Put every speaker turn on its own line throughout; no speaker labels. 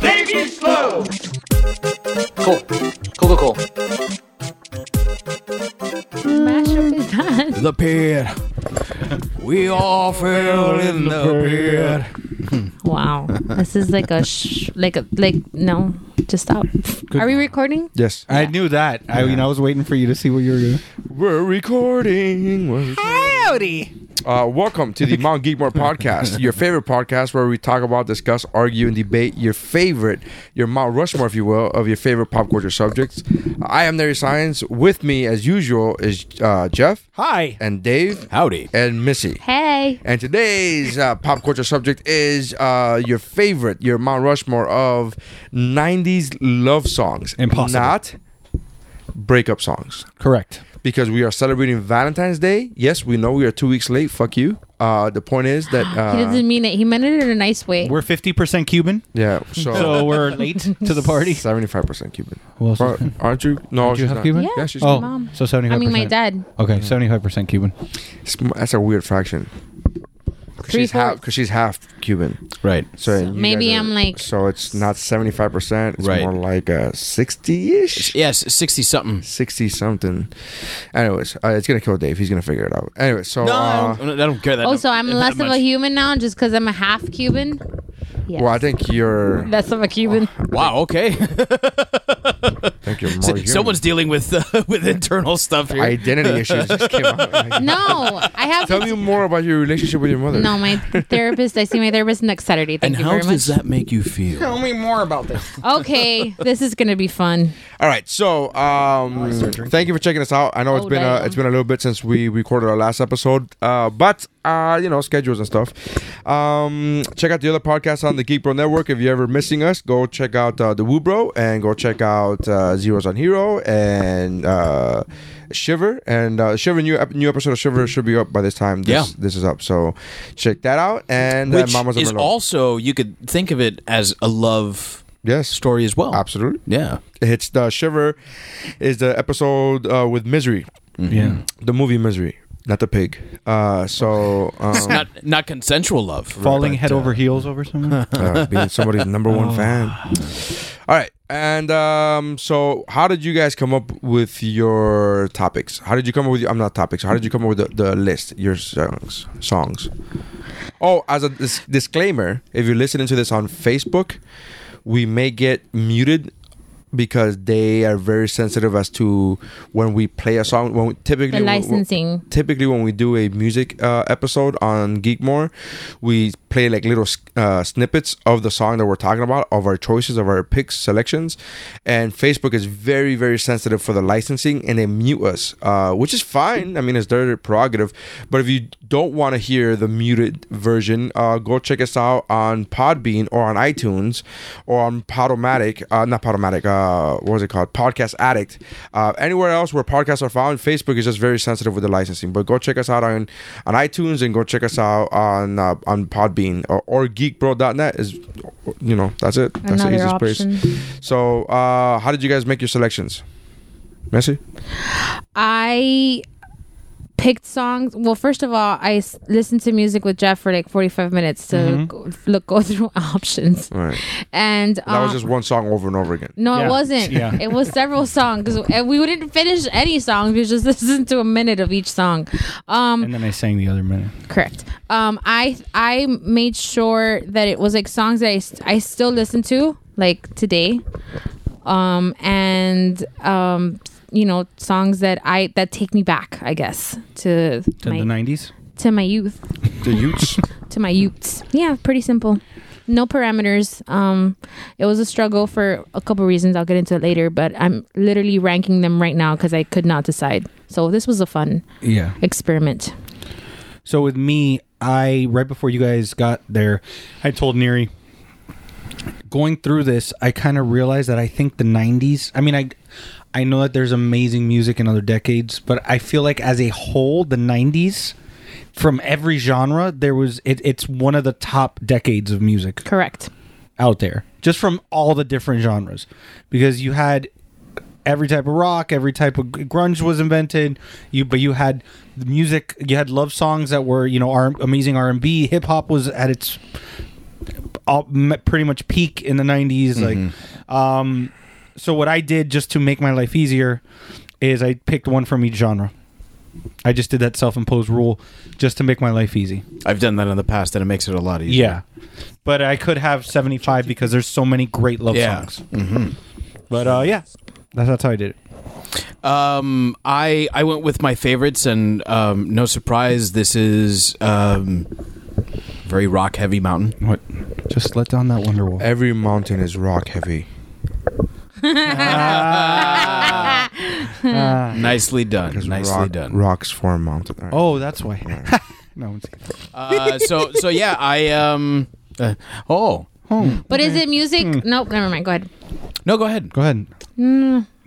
They be slow.
Cool. Cool, cool, cool.
mashup is that?
The pit. We all fell in the pit.
Wow. This is like a sh- like a like no. Just stop. Are we recording?
Yes, I knew that. I mean, I was waiting for you to see what you were doing.
We're recording. We're
Howdy.
Uh, welcome to the Mount Geekmore podcast, your favorite podcast where we talk about, discuss, argue, and debate your favorite, your Mount Rushmore, if you will, of your favorite pop culture subjects. I am Larry Science. With me, as usual, is uh, Jeff
Hi.
and Dave
Howdy.
and Missy.
Hey.
And today's uh, pop culture subject is uh, your favorite, your Mount Rushmore of 90s love songs.
Impossible.
Not breakup songs
Correct.
because we are celebrating Valentine's Day. Yes, we know we are two weeks late. Fuck you. Uh, the point is that
he
uh,
doesn't mean it. He meant it in a nice way.
We're 50% Cuban,
yeah,
so
so
we're late to the party.
seventy-five percent Cuban.
Who else is
Bro,
Cuban?
aren't you?
Do
No,
you
she's
have
not.
Cuban?
Yeah.
Yeah, she's
Oh,
Mom.
so 75%.
I mean, my dad.
Okay, 75% Cuban.
it's- that's a weird fraction. 'Cause She's half
Three-fourths.
because she's half Cuban.
Right.
So, you
maybe
guys
I'm like-
So it's not seventy-five percent. It's
Right.
more like a sixty-ish.
Yes, 60 something.
60 something. Anyways, uh, it's gonna kill Dave. He's gonna figure it out. Anyway, so uh,
I don't care that
Oh, so I'm
that
less of a
much.
human now just because I'm a half Cuban? Yes.
well, I think you're.
Less of a Cuban.
Wow, okay.
I think Oh, you're more human.
Someone's dealing with uh, with internal stuff here.
identity issues just came out.
No, I have.
Tell me more about your relationship with your mother.
no, my therapist. I see my therapist next Saturday. Thank
and
you
how
very
does
much.
that make you feel?
me more about this.
Okay, this is gonna be fun.
All right, so
Oh,
um, thank you for checking us out. I know it's
Oh,
been a,
damn.
it's been a little bit since we recorded our last episode, uh, but uh, you know schedules and stuff. Um, check out the other podcasts on the Geek Bro Network. If you're ever missing us, go check out uh, the Woo Bro and go check out uh, Zeros on Hero and uh, Shiver and uh, Shiver new ep- new episode of Shiver should be up by this time. This,
Yeah.
this is up, so check that out. And
Which
uh, Mamas
is
Overload.
also you could think of it as a love
yes
story as well.
absolutely.
Yeah.
It's the Shiver is the episode uh, with Misery,
Yeah.
the movie Misery, not the pig. Uh, so um,
Not not consensual love.
Falling
but,
head
uh,
over heels over someone.
uh, being somebody's number one fan. All right, and um, so how did you guys come up with your topics? How did you come up with? Your, I'm not topics. How did you come up with the, the list? Your songs, songs. Oh, as a dis- disclaimer, if you're listening to this on Facebook, we may get muted because they are very sensitive as to when we play a song. When we, typically
The
when- when-
licensing.
typically when we do a music uh, episode on Geekmore, we play like little uh, snippets of the song that we're talking about, of our choices, of our picks, selections, and Facebook is very, very sensitive for the licensing, and they mute us, uh, which is fine. I mean, it's their prerogative. But if you don't want to hear the muted version, uh, go check us out on Podbean or on iTunes or on Podomatic, uh, not Podomatic, uh, what was it called? Podcast Addict. Uh, anywhere else where podcasts are found, Facebook is just very sensitive with the licensing. But go check us out on, on iTunes and go check us out on uh, on Podbean or, or geekbro.net is, you know, that's it. That's the
Another
easiest
option.
place. So, uh, how did you guys make your selections? Messi?
I picked songs. Well, first of all, I s- listened to music with Jeff for like 45 minutes to go, look go through options,
All right.
and um,
That was just one song over and over again.
no,
Yeah.
it wasn't.
Yeah.
It was several songs, and we didn't finish any songs. We just listened to a minute of each song. Um,
and then I sang the other minute.
correct um i i made sure that it was like songs that i, st- I still listen to like today um and um you know songs that i that take me back i guess to
To
my
the 90s.
to my youth
The Utes.
to my youths yeah pretty simple no parameters um it was a struggle for a couple reasons i'll get into it later but i'm literally ranking them right now because i could not decide so this was a fun
Yeah.
experiment
So with me, I right before you guys got there, I told Neri, going through this, I kind of realized that I think the '90s. I mean, I I know that there's amazing music in other decades, but I feel like as a whole, the '90s from every genre, there was it, it's one of the top decades of music
Correct.
out there, just from all the different genres, because you had every type of rock, every type of gr- grunge was invented. You, but you had the music, you had love songs that were you know R- amazing R and B. Hip hop was at its all, m- pretty much peak in the 90s like um so what i did just to make my life easier is i picked one from each genre i just did that self-imposed rule just to make my life easy
I've done that in the past, and it makes it a lot easier.
yeah but i could have 75 because there's so many great love
Yeah.
songs but uh yeah that's, that's how i did it
Um, I I went with my favorites, and um, no surprise, this is um, very rock heavy mountain.
what just let down that wonder wall
Every mountain is rock heavy.
Nicely done. Nicely
rock,
done.
Rocks form mountain. All right.
oh that's why no it's-
Uh, so so yeah, I um. uh, oh
But is it music? Nope. Never mind. Go ahead.
no, go ahead.
go ahead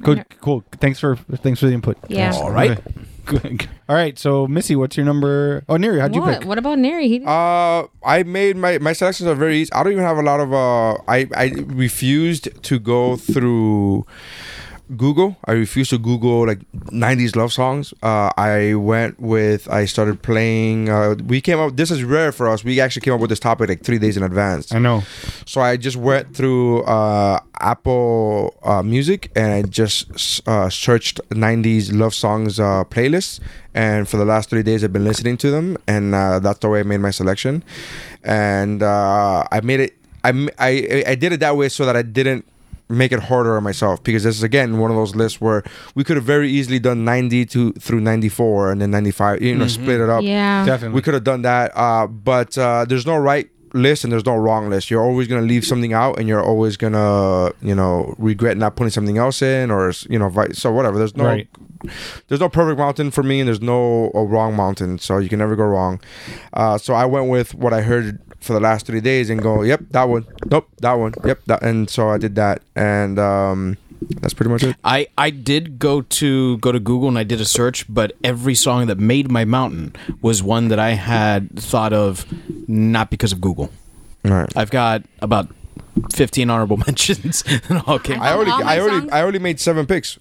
good cool thanks for thanks for the input
Mm, Yeah.
All right.
Okay. Good. all right so missy what's your number oh neri how'd you
What?
pick
What about Neri? He
Uh, I made my my selections are very easy. I don't even have a lot of uh. I I refused to go through Google. I refused to Google like '90s love songs. Uh, I went with I started playing. Uh, we came up. This is rare for us. We actually came up with this topic like three days in advance.
i know
So I just went through uh, Apple uh, Music and I just uh, searched 90s love songs uh, playlist. And for the last three days, I've been listening to them. And uh, that's the way I made my selection. And uh, I made it, I, m- I- I did it that way so that I didn't make it harder on myself because this is again one of those lists where we could have very easily done 90 to through 94 and then 95 you know split it up
yeah.
definitely
we could have done that, uh, but uh, there's no right list and there's no wrong list. You're always gonna leave something out, and you're always gonna, you know, regret not putting something else in, or you know, vi- so whatever. There's no,
Right.
there's no perfect mountain for me, and there's no a wrong mountain, so you can never go wrong. Uh, so I went with what I heard for the last three days, and go, yep, that one, nope, that one, yep, that, and so I did that, and um, that's pretty much it.
I, I did go to go to Google and I did a search, but every song that made my mountain was one that I had thought of not because of Google.
All right.
I've got about fifteen honorable mentions. and all came-
I already,
all my
I already,
songs?
I already made seven picks.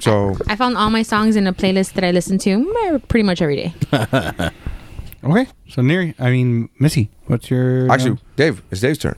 So
I found all my songs in a playlist that I listen to mm, pretty much every day.
Okay. So Neri, I mean Missy, what's your
actually, Dave, it's Dave's turn.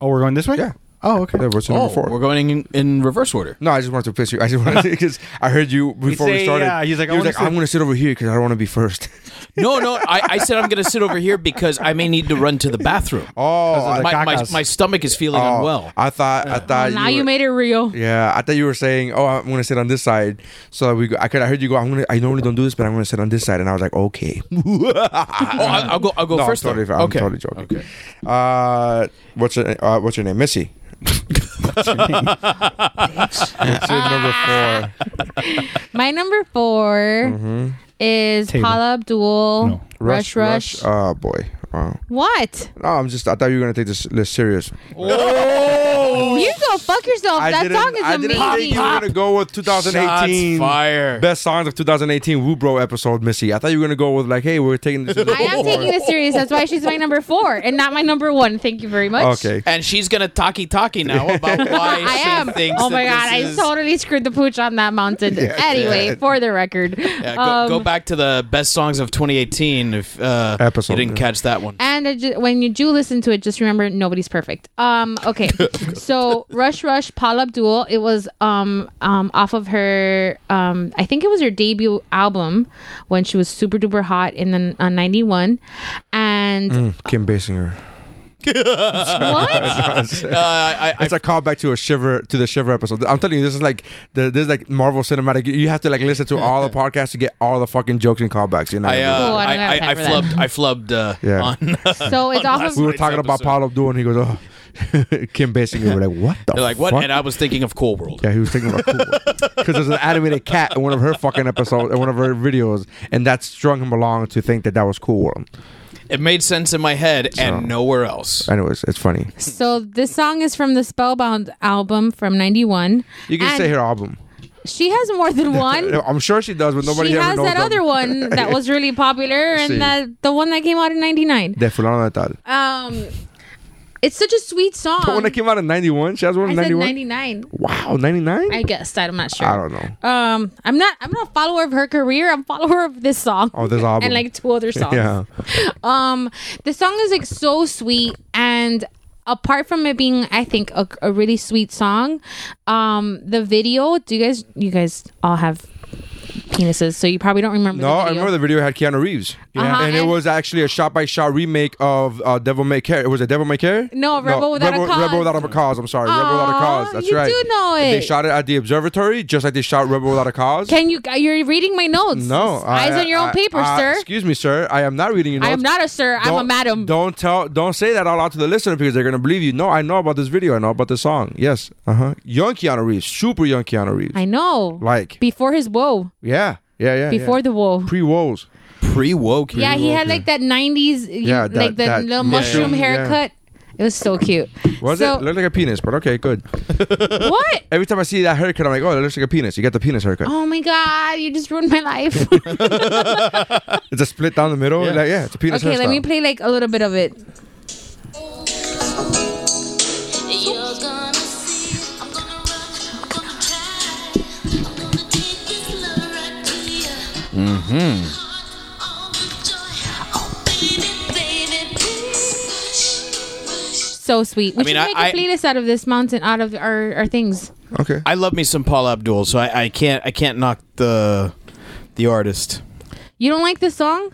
Oh, we're going this way.
Yeah.
Oh, okay.
Yeah, what's your
oh,
number four?
we're going in, in reverse order.
No, I just wanted to piss you. I just wanted because I heard you before
say,
we started.
yeah, he's like,
He
I
was
wanna sit-
I'm going to sit over here because I don't want to be first.
No, no, I, I said I'm going to sit over here because I may need to run to the bathroom.
Oh, I,
the
my, my,
cacas.
my stomach is feeling
oh,
unwell.
I thought, I thought.
now you
Ah, were-
made it real.
Yeah, I thought you were saying, "Oh, I'm going to sit on this side." So that we, go, I could, I heard you go. I'm going to. I normally don't do this, but I'm going to sit on this side, and I was like, "Okay."
oh, I, I'll go. I'll go
no,
first.
I'm totally,
though.
I'm
okay.
totally joking.
Okay.
Uh, what's your, uh, what's your name, Missy? what's your number four?
My number 4 is
Table.
Paula Abdul.
No.
Rush, rush.
Oh boy. Wow.
what?
No, I'm just. I thought you were going to take this list serious.
You go fuck yourself.
I
that
didn't-
song is
I
amazing.
didn't think you were gonna go with 2018
Shots fire.
best songs of 2018 Woo Bro episode, Missy. I thought you were gonna go with like, hey, we're taking this. to the
I am
floor.
taking this serious. That's why she's my number four and not my number one. Thank you very much.
Okay.
And she's gonna talkie talkie now about why
I
she
am.
thinks.
Oh
that
my god,
this
I
is-
totally screwed the pooch on that mountain. anyway, for the record,
Yeah, go,
Um,
go back to the best songs of 2018 if uh,
Episode,
you didn't
yeah.
catch that one.
And I ju- when you do listen to it, just remember nobody's perfect. Um, okay. so Rush Rush, Paula Abdul. It was um um off of her um I think it was her debut album when she was super duper hot in the on ninety one, and
Hmm, Kim Basinger.
what?
Uh, I, I,
It's a callback to a shiver to the shiver episode. I'm telling you, this is like the, this is like Marvel cinematic. You have to like listen to all the podcasts to get all the fucking jokes and callbacks. You know. what
I,
I mean?
uh,
Cool, I
I,
don't have
I, I,
time for that.
flubbed. I flubbed uh,
Yeah.
on.
So it's off
we
of
were talking about Paul Abdul, and he goes, "Oh, Kim Basinger." We're like, "What the?"
They're like, what?
fuck?"
And I was thinking of Cool World.
Yeah, he was thinking about cool because there's an animated cat in one of her fucking episodes in one of her videos, and that strung him along to think that that was cool world.
It made sense in my head and nowhere else.
Anyways, it's funny.
So this song is from the Spellbound album from '91.
You can
and
say her album.
She has more than one.
I'm sure she does, but nobody
she
ever
has
knows
that
them.
other one that was really popular,
Sí.
and that the one that came out in '99.
De Fulano de Tal.
Um, it's such a sweet song.
But when it came out in 91, she has one
I
in
said
91.
'99.
Wow, 99?
I guess I'm not sure.
I don't know.
Um, I'm not. I'm not a follower of her career. I'm a follower of this song.
Oh, this album.
and like two other songs.
Yeah.
Um, the song is like so sweet, and apart from it being, I think, a, a really sweet song, um, the video. Do you guys? You guys all have penises, so you probably don't remember.
No,
the
I
video.
remember the video had Keanu Reeves.
Uh-huh,
and, it
and-
was actually a shot by shot remake of uh, Devil May Care. It was a Devil May Care?
No, Rebel Without a
Rebel,
Cause.
Rebel Without a Cause. I'm sorry. Rebel Without a
Aw,
Cause. That's
you
right.
do know
And
it.
They shot it at the observatory, just like they shot Rebel Without a Cause.
Can you? You're reading my notes.
no.
eyes
I-
on your own
I-
paper,
I-
sir.
Excuse me, sir. I am not reading your
I
notes.
am not a sir. I'm a
Don't-
madam.
Don't tell. Don't say that out loud to the listener because they're gonna believe you. No, I know about this video. I know about this song. Yes. Uh huh. Young Keanu Reeves, super young Keanu Reeves.
I know.
Like-
before his woe,
yeah. Yeah. Yeah.
before the woe.
pre woes.
Pre woke.
Yeah, he had like that '90s,
Yeah, that-
like the
that
little
mushroom,
mushroom
yeah.
haircut. It was so cute.
Was
so,
it? Looked like a penis, but okay, good.
what?
Every time I see that haircut, I'm like, oh, it looks like a penis. You got the penis haircut.
Oh my god, you just ruined my life.
It's a split down the middle. Yeah, like, yeah it's a penis
okay,
hairstyle.
let me play like a little bit of it. So sweet. We
mean,
should
I-
make a
I-
playlist out of this mountain, out of our, our things.
Okay.
I love me some Paul Abdul, so I, I can't I can't knock the the artist.
You don't like this song?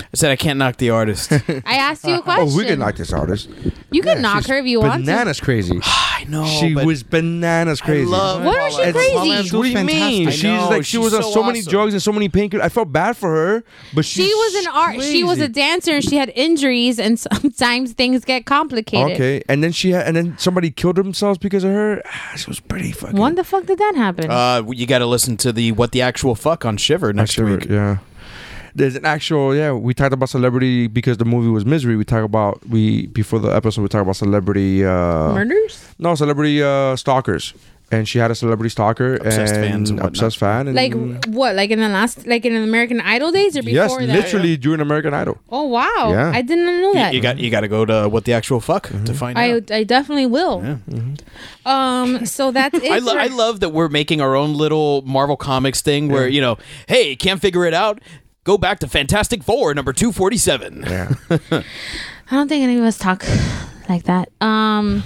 I said I can't knock the artist.
I asked you a question.
Oh, we can knock this artist.
You can knock her if you want. to. Oh,
Bananas crazy.
I know.
she was bananas crazy.
Why was she
It's-
crazy?
Paula Abdul's What do you mean?
I
She's
know,
like she
she's
was on
so
so many
awesome.
drugs and so many painkillers. I felt bad for her, but
She
she's
was an art. She was a
crazy.
dancer, and she had injuries, and sometimes things get complicated.
Okay, and then she had, and then somebody killed themselves because of her. Ah, she was pretty fucking.
When the fuck did that happen?
Uh, you got to listen to the what the actual fuck on Shiver next
Sure,
week.
Yeah. There's an actual yeah. We talked about celebrity because the movie was Misery. We talk about we before the episode we talk about celebrity uh,
Murders?
No, celebrity uh, stalkers. And she had a celebrity stalker
Obsessed
and
fans and whatnot.
obsessed fan. And
Like what? Like in the last, like in the American Idol days, or before
yes,
that?
literally during American Idol.
Oh wow!
Yeah.
I didn't know
You,
that.
you got you got to go to what the actual fuck
Mm-hmm.
to find
I,
out.
I definitely will. Um. So that's it.
Mm-hmm. I, lo-
for-
I love that we're making our own little Marvel Comics thing where, you know, hey, can't figure it out. Go back to Fantastic Four, number 247.
Yeah.
I don't think any of us talk like that. Um.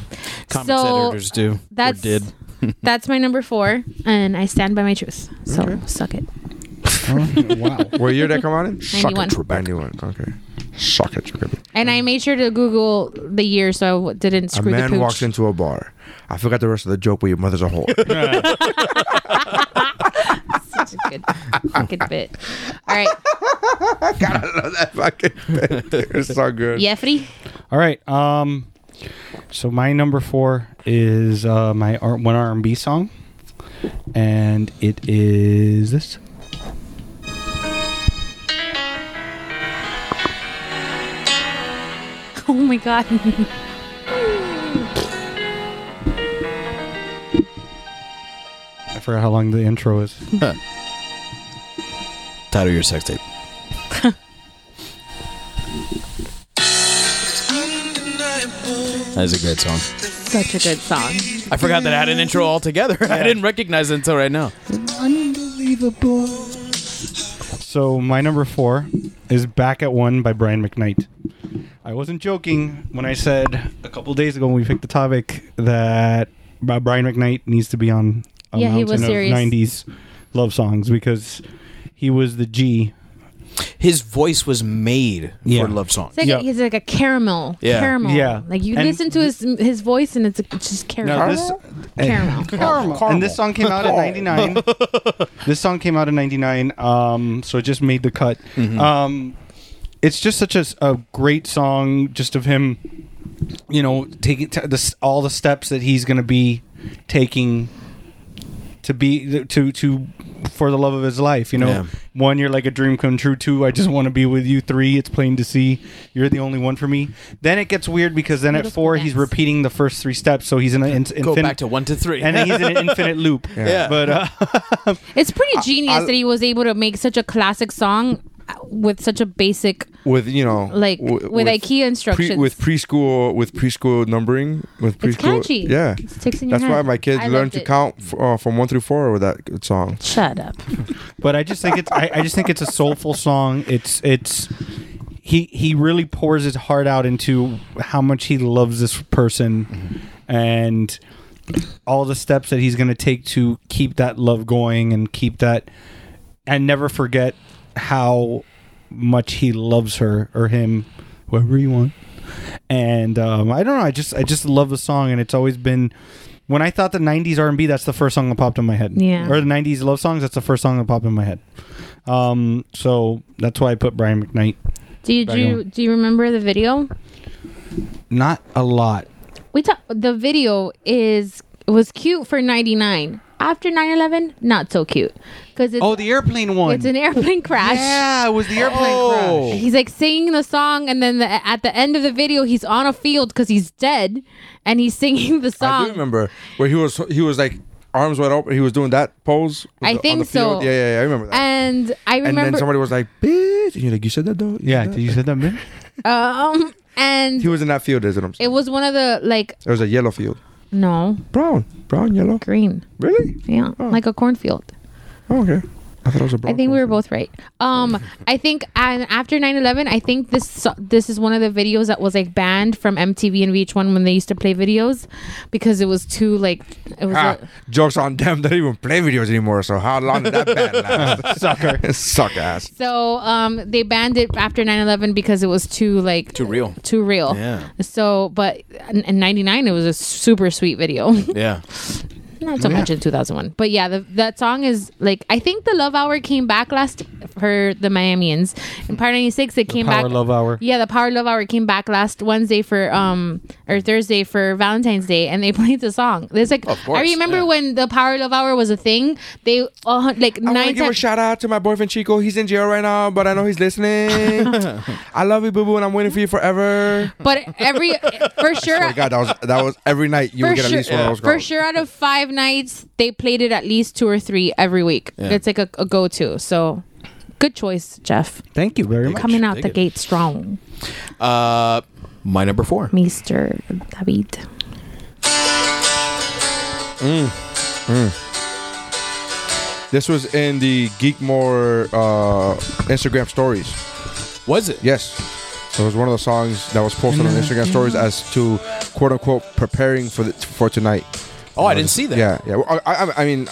Comics
so
editors do.
that's
or did.
that's my number four, and I stand by my truth. So suck it.
wow.
what year did that come out in? Suck
91.
it, Trebek. 91. Okay. Suck it, Trebek.
And I made sure to Google the year so I w- didn't
A
screw the
man
pooch.
walks into a bar. I forgot the rest of the joke, but your mother's a whore.
Such a good fucking bit. All right,
Fucking- it's so good.
Jeffrey.
All right. Um, so my number four is uh, my R- one R and B song, and it is this.
Oh my god.
I forgot how long the intro is.
Title of your sex tape. That is a great song.
Such a good song.
I forgot that I had an intro altogether. I didn't recognize it until right now.
So my number four is "Back at One" by Brian McKnight. I wasn't joking when I said a couple days ago when we picked the topic that Bri- Brian McKnight needs to be on a
Yeah, he
mountain
was
of
serious.
'90s love songs because he was the G.
His voice was made
Yeah.
for love songs.
It's like
Yeah.
he's like a caramel.
Yeah.
Caramel.
Yeah.
Like you
And-
listen to his his voice and it's, it's just caramel. caramel.
Caramel. And this song came out in '99. this song came out in '99, um, so it just made the cut.
Mm-hmm.
Um, it's just such a, s- a great song, just of him, you know, taking t- this, all the steps that he's going to be taking to be to to for the love of his life. You know,
Yeah.
one you're like a dream come true. Two, I just want to be with you. Three, it's plain to see you're the only one for me. Then it gets weird because then at
Little
four he's
steps.
repeating the first three steps, so he's in an in,
Go
infin-
back to one to three.
and then he's in an infinite loop.
Yeah.
But uh,
It's pretty genius that he was able to make such a classic song with such a basic
with you know
Like, with IKEA instructions.
with preschool with preschool numbering with preschool
It's catchy.
yeah
It sticks in your
that's why
head.
my kids
I loved
learned to
it.
count f- uh, from one through four with that good song
Shut up.
but I just think it's I, I just think it's a soulful song. It's it's he he really pours his heart out into how much he loves this person and all the steps that he's going to take to keep that love going and keep that and never forget how much he loves her or him whoever you want and um, i don't know i just i just love the song and it's always been when i thought the 90s r&b that's the first song that popped in my head
Yeah.
or the 90s love songs that's the first song that popped in my head um, so that's why i put brian mcknight
Do you, do you do you remember the video?
not a lot
We talk, the video is was cute for 99. After 9/11, not so cute cuz it's
oh the airplane one
it's an airplane crash.
yeah it was the airplane crash
He's like singing the song, and then the, at the end of the video, he's on a field because he's dead, and he's singing the
i
song.
do remember where he was he was like arms wide open he was doing that pose with
I
the- on
think
the field.
so.
yeah yeah, yeah i remember that
And I
And
remember,
then somebody was like bitch and you're like you said that though
yeah did you say that man
um, and
he was in that field is what i'm saying
it was one of the like
it was a yellow field
no
brown brown yellow
green,
really
yeah, like a cornfield.
oh, okay i thought it was a brown
I think we were both right. Um, I think and after 9-11, I think this so- this is one of the videos that was like banned from MTV and VH1 when they used to play videos because it was too like it was.
Ah,
a-
jokes on them they don't even play videos anymore so how long did that bad last
sucker
suck ass
so um, they banned it after 9-11 because it was too like
Too real.
too real.
Yeah.
So, but in, in 99, it was a super sweet video.
Yeah.
Not
Oh,
so much in 2001. But yeah, the, that song is like, I think the Love Hour came back last for the Miamians. In part 96, it came
Power
back.
Love Hour.
Yeah, the Power Love Hour came back last Wednesday for, um, or Thursday for Valentine's Day, and they played the song. There's like, I remember when the Power Love Hour was a thing, they, uh, like,
I want to
nine
give a
times.
shout out to my boyfriend Chico. He's in jail right now, but I know he's listening. I love you, boo boo, and I'm waiting for you forever.
but every, for sure.
Oh my God, that was that was every night you would get at least one of those.
for
calls.
sure out of five nights they played it at least two or three every week it's like a, a go-to so good choice jeff
thank you very much
coming out
dig
the
it.
gate strong
Uh, my number four.
mr david
This was in the Geekmore uh, Instagram stories.
Was it?
Yes, so it was one of the songs that was posted on Instagram stories as to quote unquote preparing for the, for tonight.
Oh, I didn't see that.
Yeah, yeah. Well, I, I, I mean,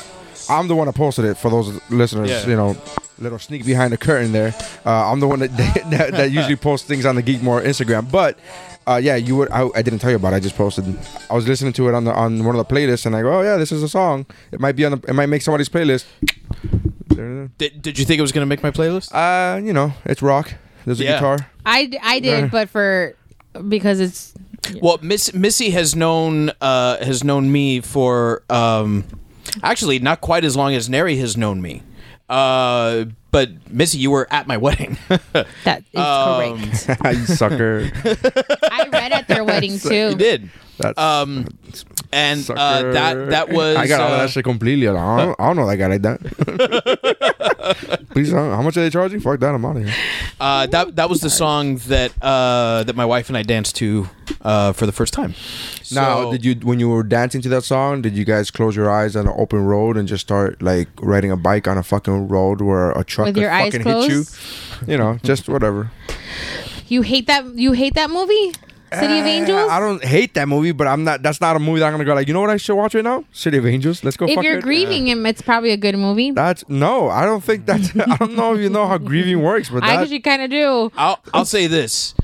I'm the one that posted it for those listeners.
Yeah.
You know, little sneak behind the curtain there. Uh, I'm the one that that, that usually posts things on the Geekmore Instagram. But uh, yeah, you would. I, I didn't tell you about. it. I just posted. I was listening to it on the on one of the playlists, and I go, oh yeah, this is a song. It might be on. The, it might make somebody's playlist.
Did, did you think it was gonna make my playlist?
Uh, you know, it's rock. There's a
Yeah.
guitar.
i i did but for because it's
Well, Miss Missy has known uh, has known me for um, actually not quite as long as Neri has known me. Uh, but Missy, you were at my wedding.
that is
Um,
correct
you sucker.
Uh,
i read at their wedding too
you did.
That's
Um, and uh,
sucker.
that that was
I got all
uh,
that shit completely. I don't, I don't know that guy like that. Please, uh, how much are they charging? Fuck that, I'm out of here.
uh, that that was the song that uh, that my wife and I danced to uh, for the first time.
Now, did you when you were dancing to that song? Did you guys close your eyes on an open road and just start like riding a bike on a fucking road where a truck
With
could
your eyes
fucking hit you?
closed?
You know, just whatever.
you hate that you hate that movie city of angels
Eh, I don't hate that movie, but I'm not. That's not a movie that I'm gonna go like. You know what I should watch right now? City of Angels. Let's go.
if
fuck
you're
it.
grieving him it's probably a good movie
That's no. I don't think that's. I don't know if you know how grieving works, but
i
that,
actually kind of do
I'll I'll say this.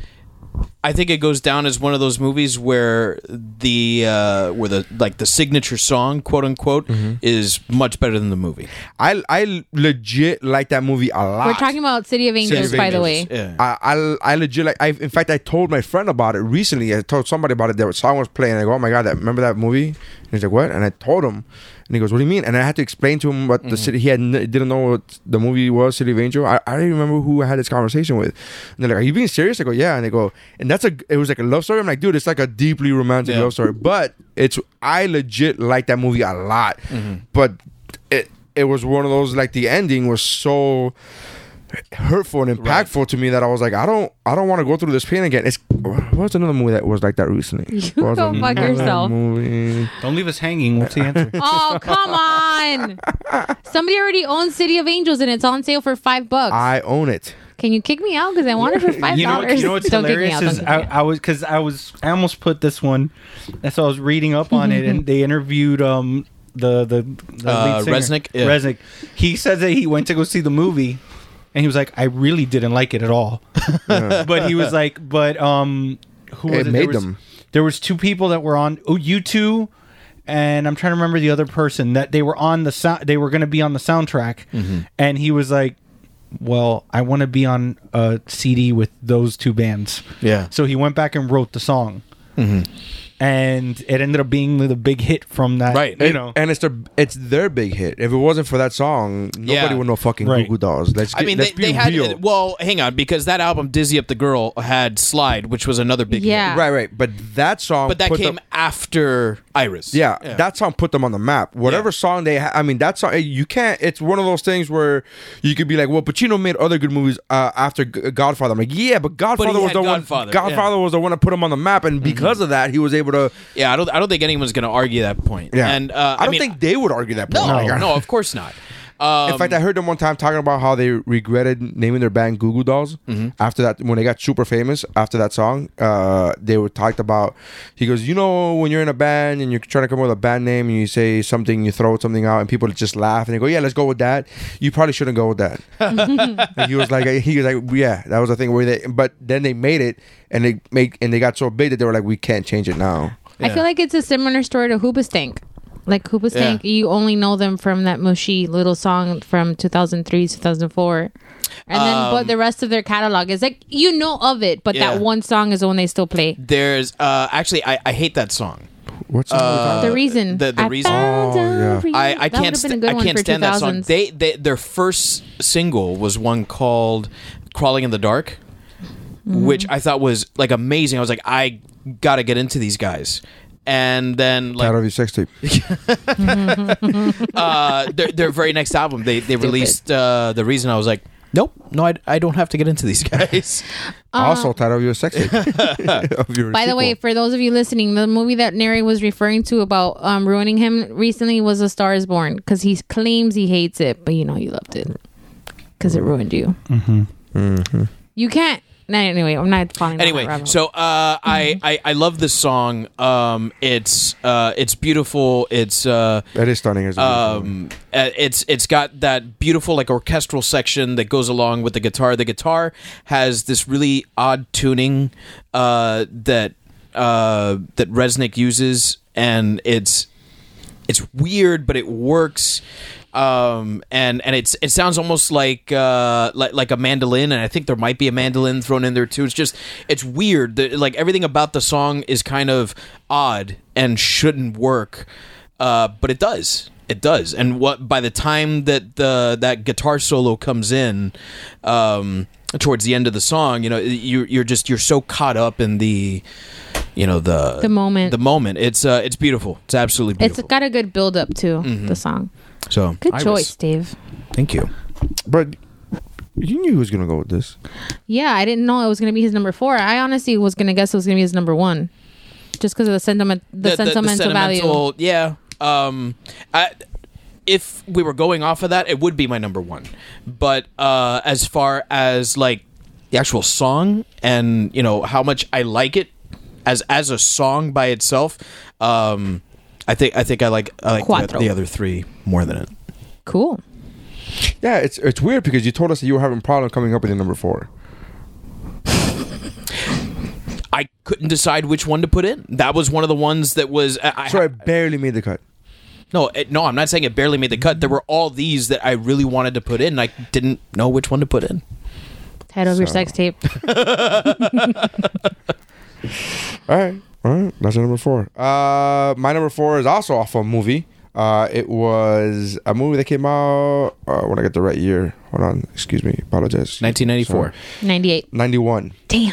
I think it goes down as one of those movies where the uh, where the like the signature song, quote unquote,
Mm-hmm.
is much better than the movie.
I I legit like that movie a lot.
we're talking about city of angels by the way
Yeah.
I, I, I legit like I in fact I told my friend about it recently. I told somebody about it. That song was playing. I go, oh my god, that remember that movie? And he's like, what? And I told him, and he goes, what do you mean? And I had to explain to him what
Mm-hmm.
the city. He had n- didn't know what the movie was, City of Angel. I, I don't even remember who I had this conversation with. And they're like, are you being serious? I go, yeah. And they go, and that's a. It was like a love story. I'm like, dude, it's like a deeply romantic
Yeah.
love story, but it's I legit like that movie a lot,
Mm-hmm.
but it it was one of those like the ending was so hurtful and impactful to me that I was like, I don't, I don't want to go through this pain again. It's what's another movie that was like that recently?
You
What was
go fuck
another
yourself.
Movie.
Don't leave us hanging. What's the answer?
Oh, come on. Somebody already owns City of Angels and it's on sale for five bucks.
I own it.
Can you kick me out? Because I want it for five
You know, what-
dollars.
you know what's
Don't kick me
hilarious
out. Don't
is
kick me
I,
out.
I was because I was I almost put this one, and so I was reading up on it, and they interviewed um the the, the
Uh,
lead singer,
Resnick? Yeah.
Resnick. He says that he went to go see the movie, and he was like, I really didn't like it at all. but he was like, but um, who was
It
it? There
made
was-
them.
There was two people that were on. Oh, you two. And I'm trying to remember the other person that they were on the sound. They were going to be on the soundtrack, and he was like, well, I want to be on a CD with those two bands.
Yeah.
So he went back and wrote the song. Mm-hmm. And it ended up being the big hit from that.
Right.
You
And-
know.
and it's their it's their big hit. If it wasn't for that song, nobody
Yeah.
would know fucking
Right.
Goo Goo Dolls. Let's
I
get-
mean, they,
let's be
they had
real.
well, hang on, because that album "Dizzy Up the Girl" had "Slide," which was another big hit.
Yeah.
right, right. But that song,
but that
put
came
them-
after Iris.
Yeah, that song put them on the map. Whatever
Yeah.
song they, ha- I mean, that song eh, you can't. It's one of those things where you could be like, "Well, Pacino made other good movies uh, after G- Godfather." I'm like, "Yeah, but Godfather was
had
the
Godfather, Mm-hmm.
one. Godfather was the one that put him on the map, and because of that, he was able to.
yeah. I don't, I don't think anyone's going to argue that point.
Yeah,
and uh,
I don't
mean,
think they would argue that point.
no,
Like,
no, of course not. Um,
in fact, I heard them one time talking about how they regretted naming their band Goo Goo Dolls after that when they got super famous after that song. Uh, they were talked about. He goes, you know, when you're in a band and you're trying to come up with a band name and you say something, you throw something out and people just laugh and they go, yeah, let's go with that. You probably shouldn't go with that. And he was like, uh, he was like, yeah, that was the thing where they. But then they made it and they make and they got so big that they were like, we can't change it now.
I feel like it's a similar story to Hoobastank. Like Hoobastank, you only know them from that mushy little song from 2003, 2004. And then, but the rest of their catalog is like, you know of it, but
Um, Yeah.
that one song is the one they still play.
there's uh, actually I, I hate that song.
What's up with that?
the reason.
Uh, the- the
I
reason.
found
Oh,
a
yeah.
reason.
I, I
Hmm,
can't
That would've been a
st-
good
I
one
can't
for
stand that song.
2000s.
They, they their first single was one called "Crawling in the Dark,"
Mm-hmm.
which I thought was like amazing. I was like, I gotta get into these guys. And then like
Out of your sex tape.
uh, their, their very next album, they they released uh, the reason. I was like, nope, no, I, I don't have to get into these guys.
Oh,
also, title of your sex tape. Of your
By the
sequel.
way, for those of you listening, the movie that Neri was referring to about um, ruining him recently was A Star Is Born because he claims he hates it, but you know you loved it because it ruined you. Mm-hmm. Mm-hmm. You can't. No, anyway, I'm not falling. down that
anyway,
rabbit
so
hole.
uh, I,
Mm-hmm.
I I love this song. Um, it's uh, it's beautiful. It's uh,
That is stunning. It's a beautiful one.
um, uh, it's it's got that beautiful like orchestral section that goes along with the guitar. The guitar has this really odd tuning uh, that uh, that Resnick uses, and it's it's weird, but it works. Um, and and it's it sounds almost like uh like, like a mandolin, and I think there might be a mandolin thrown in there too. It's just it's weird. The, like everything about the song is kind of odd and shouldn't work, uh, but it does. It does. And what by the time that the that guitar solo comes in, um, towards the end of the song, you know, you you're just you're so caught up in the, you know the
The moment.
the moment. It's uh it's beautiful. It's absolutely
it's
beautiful.
got a good build up to the song.
So
Good choice, Dave.
Thank you.
But you knew he was gonna go with this.
Yeah, I didn't know it was gonna be his number four. I honestly was gonna guess it was gonna be his number one, just because of the sentiment, the, sentimental, value.
Yeah. Um, I, if we were going off of that, it would be my number one. But uh, as far as like the actual song and you know how much I like it as as a song by itself, um, I think I think I like I like the,
Cuatro.
the other three more than it.
Cool.
Yeah, it's it's weird because you told us that you were having a problem coming up with your number four.
I couldn't decide which one to put in. That was one of the ones that was. I, I-
So I barely made the cut.
No, it, no, I'm not saying it barely made the cut. There were all these that I really wanted to put in. and I didn't know which one to put in.
Head over your sex tape.
All right. All right, that's your number four. Uh, my number four is also off a movie. Uh, it was a movie that came out. Uh, when I get the right year, hold on. Excuse me. Apologize.
1994.
Sorry.
98.
91.
Damn.
It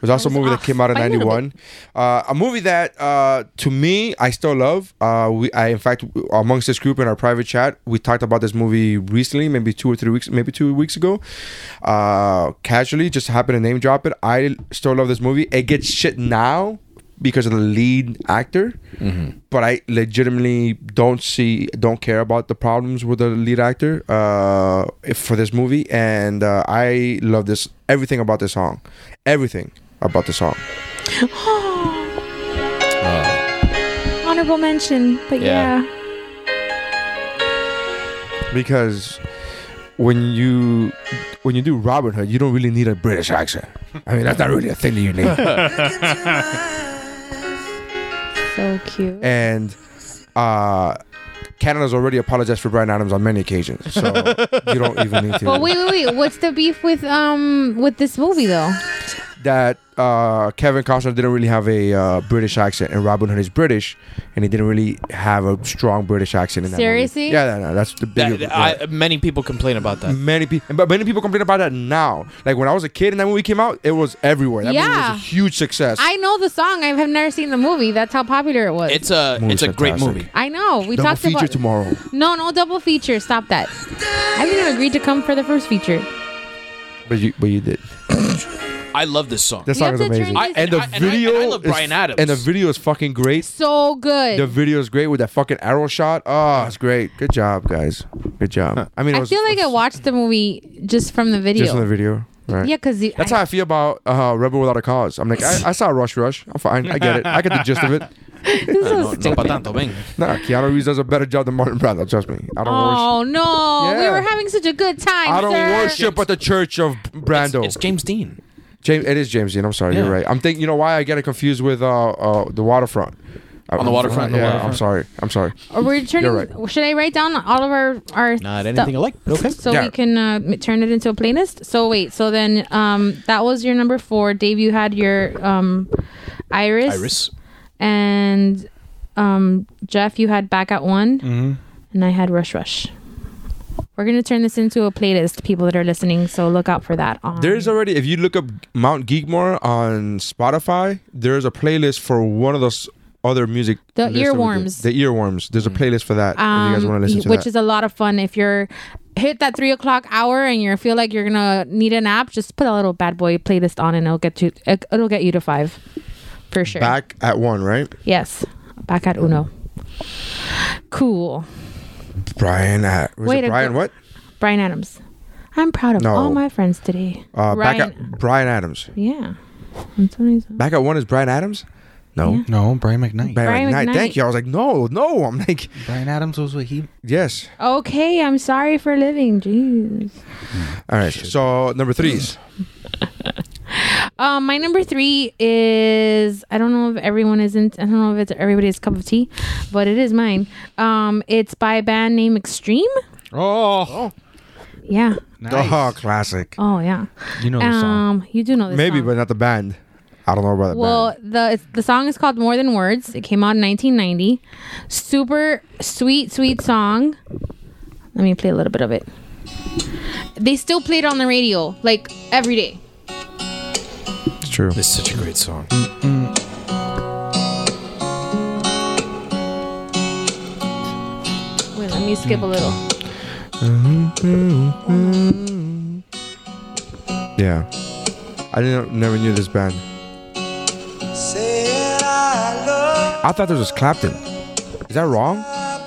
was also a
was
movie that
off
came out in
by a little
'91. Uh, a movie that, uh, to me, I still love. Uh, we, I, in fact, amongst this group in our private chat, we talked about this movie recently, maybe two or three weeks, maybe two weeks ago. Uh, casually, just happened to name drop it. I still love this movie. It gets shit now because of the lead actor, but I legitimately don't see, don't care about the problems with the lead actor uh, if- for this movie, and uh, I love this everything about this song, everything about the song.
Honorable mention, but
Yeah.
yeah.
because when you when you do Robin Hood, you don't really need a British accent. I mean, that's not really a thing that you need.
So cute.
and uh, Canada's already apologized for Brian Adams on many occasions, so you don't even need to.
But wait, wait, wait. What's the beef with um with this movie though?
That uh, Kevin Costner didn't really have a uh, British accent, and Robin Hood is British, and he didn't really have a strong British accent in that. movie.
Seriously?
Yeah, no, no, that's the big.
That- I, many people complain about that.
Many people, but many people complain about that now. Like when I was a kid and that movie came out, it was everywhere. That movie was
Yeah.
a huge success.
I know the song. I have never seen the movie. That's how popular it was.
It's a it's
Movie's
a great
fantastic.
movie.
I know. We
Double
talked
feature
about
tomorrow.
no, no double feature. Stop that. I haven't even agreed to come for the first feature.
But you, but you did.
I love this song.
That
You
song
have
is
to turn
amazing.
I-
and the
I- and I-
video,
and I love
is-
Bryan Adams.
and the video is fucking great.
So good.
The video is great with that fucking arrow shot. Oh, it's great. Good job, guys. Good job. I mean, it
I
was,
feel like I watched the movie just from the video.
just in the video, right?
Yeah, because
That's how I feel about uh, Rebel Without a Cause. I'm like, I, I saw Rush Rush. I'm fine. I get it. I get the gist of it.
this
No,
is
no pa tanto, ven.
Nah, Keanu Reeves does a better job than Martin Brando. Trust me. I don't worship.
Oh no, we
Yeah.
were having such a good time.
I don't
sir.
worship at the church of Brando.
It's James Dean.
James, it is James Dean. I'm sorry,
Yeah.
you're right. I'm thinking. You know why I get it confused with uh, uh the waterfront.
On the waterfront,
yeah.
the
I'm
waterfront.
sorry. I'm sorry.
Or we're turning.
You're right.
Should I write down all of our our
Not
stuff?
anything alike. Okay.
so
Yeah.
we can uh, m- turn it into a playlist. So wait, so then um, that was your number four, Dave. You had your um, Iris,
Iris.
and um, Jeff. You had back at one,
Mm-hmm.
and I had Rush Rush. We're gonna turn this into a playlist, people that are listening. So look out for that. On
There's already, if you look up Mount Geekmore on Spotify, there's a playlist for one of those other music.
The
lists that we did.
earworms.
The earworms. There's a
Mm.
playlist for that. if you guys want to listen to
um, which
that.
is a lot of fun if you're hit that three o'clock hour and you feel like you're gonna need a nap just put a little bad boy playlist on and it'll get you it'll get you to five for sure
Back at one, right?
yes back at uno cool
Brian at was
Way
it
to
Brian
go.
what?
brian adams i'm proud of
No.
all my friends today
Uh, back
Brian-
at Brian Adams.
yeah That's what he's-
Back at one is Brian Adams. No,
Yeah.
No, Brian McKnight.
Brian
Brian, McKnight. Thank
McKnight.
you. I was like, no, no. I'm like,
Brian Adams was what he.
yes.
okay i'm sorry for living jeez
All right. So number threes.
Um, my number three is I don't know if everyone isn't I don't know if it's everybody's cup of tea, but it is mine. Um, it's by a band named Extreme.
Oh,
Yeah.
oh, classic.
Oh yeah.
You know the song.
Um, you do know this.
Maybe,
song.
but not the band. I don't know about the
well,
band.
the it's, the song is called More Than Words. It came out in 1990. Super sweet, sweet song. Let me play a little bit of it. They still play it on the radio like every day.
It's true.
It's such a great song.
Wait, let me skip a little.
Yeah. I didn't never knew this band. I thought this was Clapton. Is that wrong?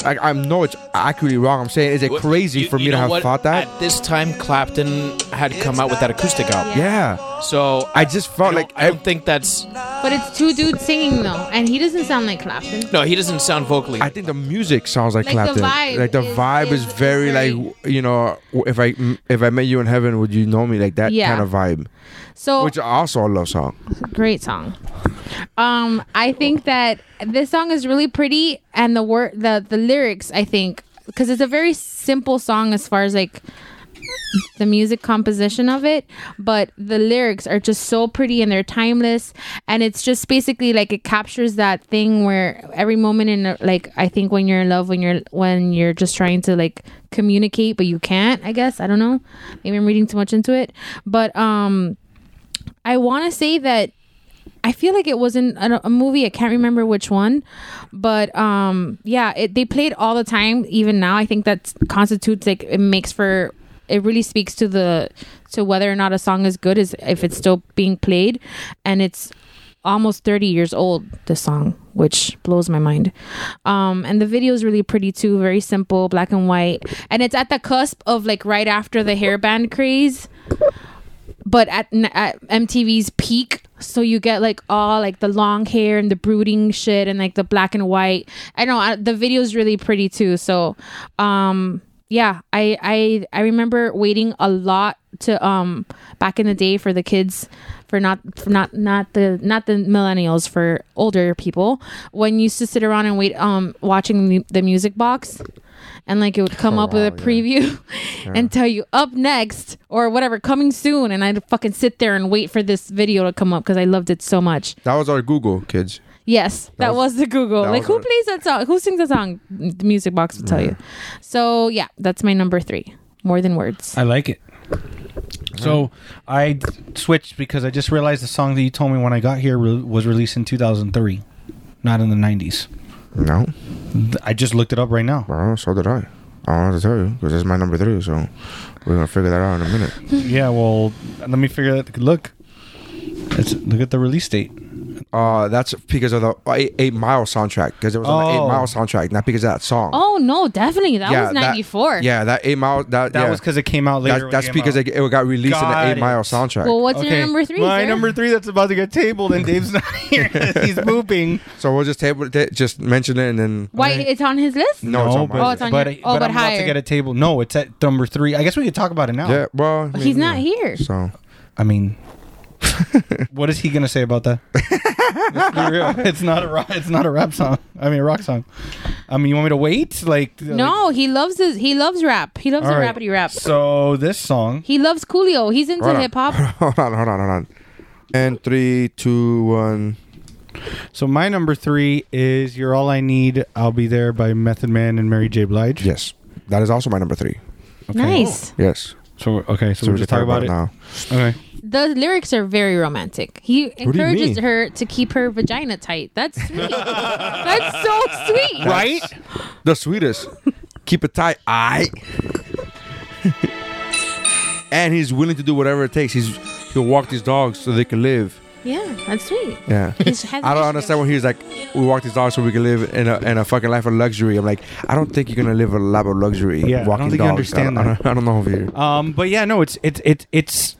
I, I'm no, it's accurately wrong. I'm saying is it
What-
crazy
you-
for me
you
to
know
have
what?
thought that?
At this time, Clapton had come out with that acoustic album.
yeah.
So
I just felt
don't-
Oh, like
I don't
I,
think that's
But it's two dudes singing though, and he doesn't sound like Clapton.
no. He doesn't sound vocally.
I think the music sounds like,
Like the
Clapton.
vibe
like the
is-
vibe is,
is- is
very
very-
like you know if I if I met you in heaven would you know me like that
Yeah.
kind of vibe,
So
which is also a love song.
great song. Um, I think that this song is really pretty, and the word, the the lyrics, I think, because it's a very simple song as far as like the music composition of it, but the lyrics are just so pretty and they're timeless. And it's just basically like it captures that thing where every moment in like I think when you're in love, when you're when you're just trying to like communicate, but you can't. I guess I don't know. Maybe I'm reading too much into it, but um, I want to say that I feel like it was in a, a movie. I can't remember which one, but um, yeah, it, they played all the time. Even now, I think that constitutes like it makes for. It really speaks to the to whether or not a song is good is if it's still being played, and it's almost 30 years old this song which blows my mind um and the video is really pretty too very simple black and white and it's at the cusp of like right after the hairband craze but at, n- at MTV's peak. So you get like all like the long hair and the brooding shit and like the black and white. I know I, the video's really pretty too. So, um, yeah, I, I I remember waiting a lot to um back in the day for the kids for not for not not the not the millennials for older people when you used to sit around and wait um watching the, the music box and like it would come up with a preview and tell you up next or whatever coming soon and i'd fucking sit there and wait for this video to come up because i loved it so much
That was our Google kids.
yes that, was,
was-
the google
that
like
was
who
our-
plays that song who sings that song the music box will tell you so yeah that's my number three more than words
I like it. So I d- switched because I just realized the song that you told me when I got here re- was released in 2003, not in the 90s.
No,
Th- I just looked it up right now.
well, so did I. I don't have to tell you because it's my number three. So we're gonna figure that out in a minute.
yeah, well, let me figure that. Look, Let's look at the release date.
Uh, that's because of the eight, eight Mile soundtrack because it was on the
Oh.
Eight Mile soundtrack, not because of that song.
oh no definitely that was 94
yeah, that Eight Mile. That,
That
yeah.
was because it came out later.
That, that's because it, it got released in
Got
the Eight Mile
it.
soundtrack.
well what's your number three
My
sir?
number three that's about to get tabled, and Dave's not here. He's moving.
so we'll just table it, just mention it, and then
why
Okay.
it's on his list
no, it's on my
Oh,
list.
it's on
but,
your-
I-
oh,
but
but
I'm about
higher.
to get a table. No, it's at number three. I guess we could talk about it now.
yeah, well, I
he's
mean,
not
yeah.
here
So
I mean, what is he gonna say about that? Let's be real. It's not a rock, it's not a rap song. I mean, a rock song. I mean, you want me to wait? Like like-
no he loves his he loves rap he loves
All
the
right.
rapidy rap
So this song.
he loves Coolio. He's into
Hold on.
hip hop.
hold on, hold on, hold on. And three, two, one.
So my number three is "You're All I Need." I'll be there by Method Man and Mary J. Blige.
Yes, that is also my number three.
Nice.
Yes.
So okay, so, we'll just talk about,
now.
it. Okay.
The lyrics are very romantic. He
you
encourages
mean?
her to keep her vagina tight. That's sweet. That's so sweet.
Right.
The sweetest. Keep it tight. I. and he's willing to do whatever it takes. He's he'll walk these dogs so they can live.
Yeah, that's sweet.
Yeah.
He's- has
I don't
issues.
understand when he's like, we walk these dogs so we can live in a, in a fucking life of luxury. I'm like, I don't think you're gonna live a life of luxury.
Yeah, I don't
walking
think you
dogs.
understand
I don't,
that.
I don't know if you.
Um, but yeah, no, it's it's it's it's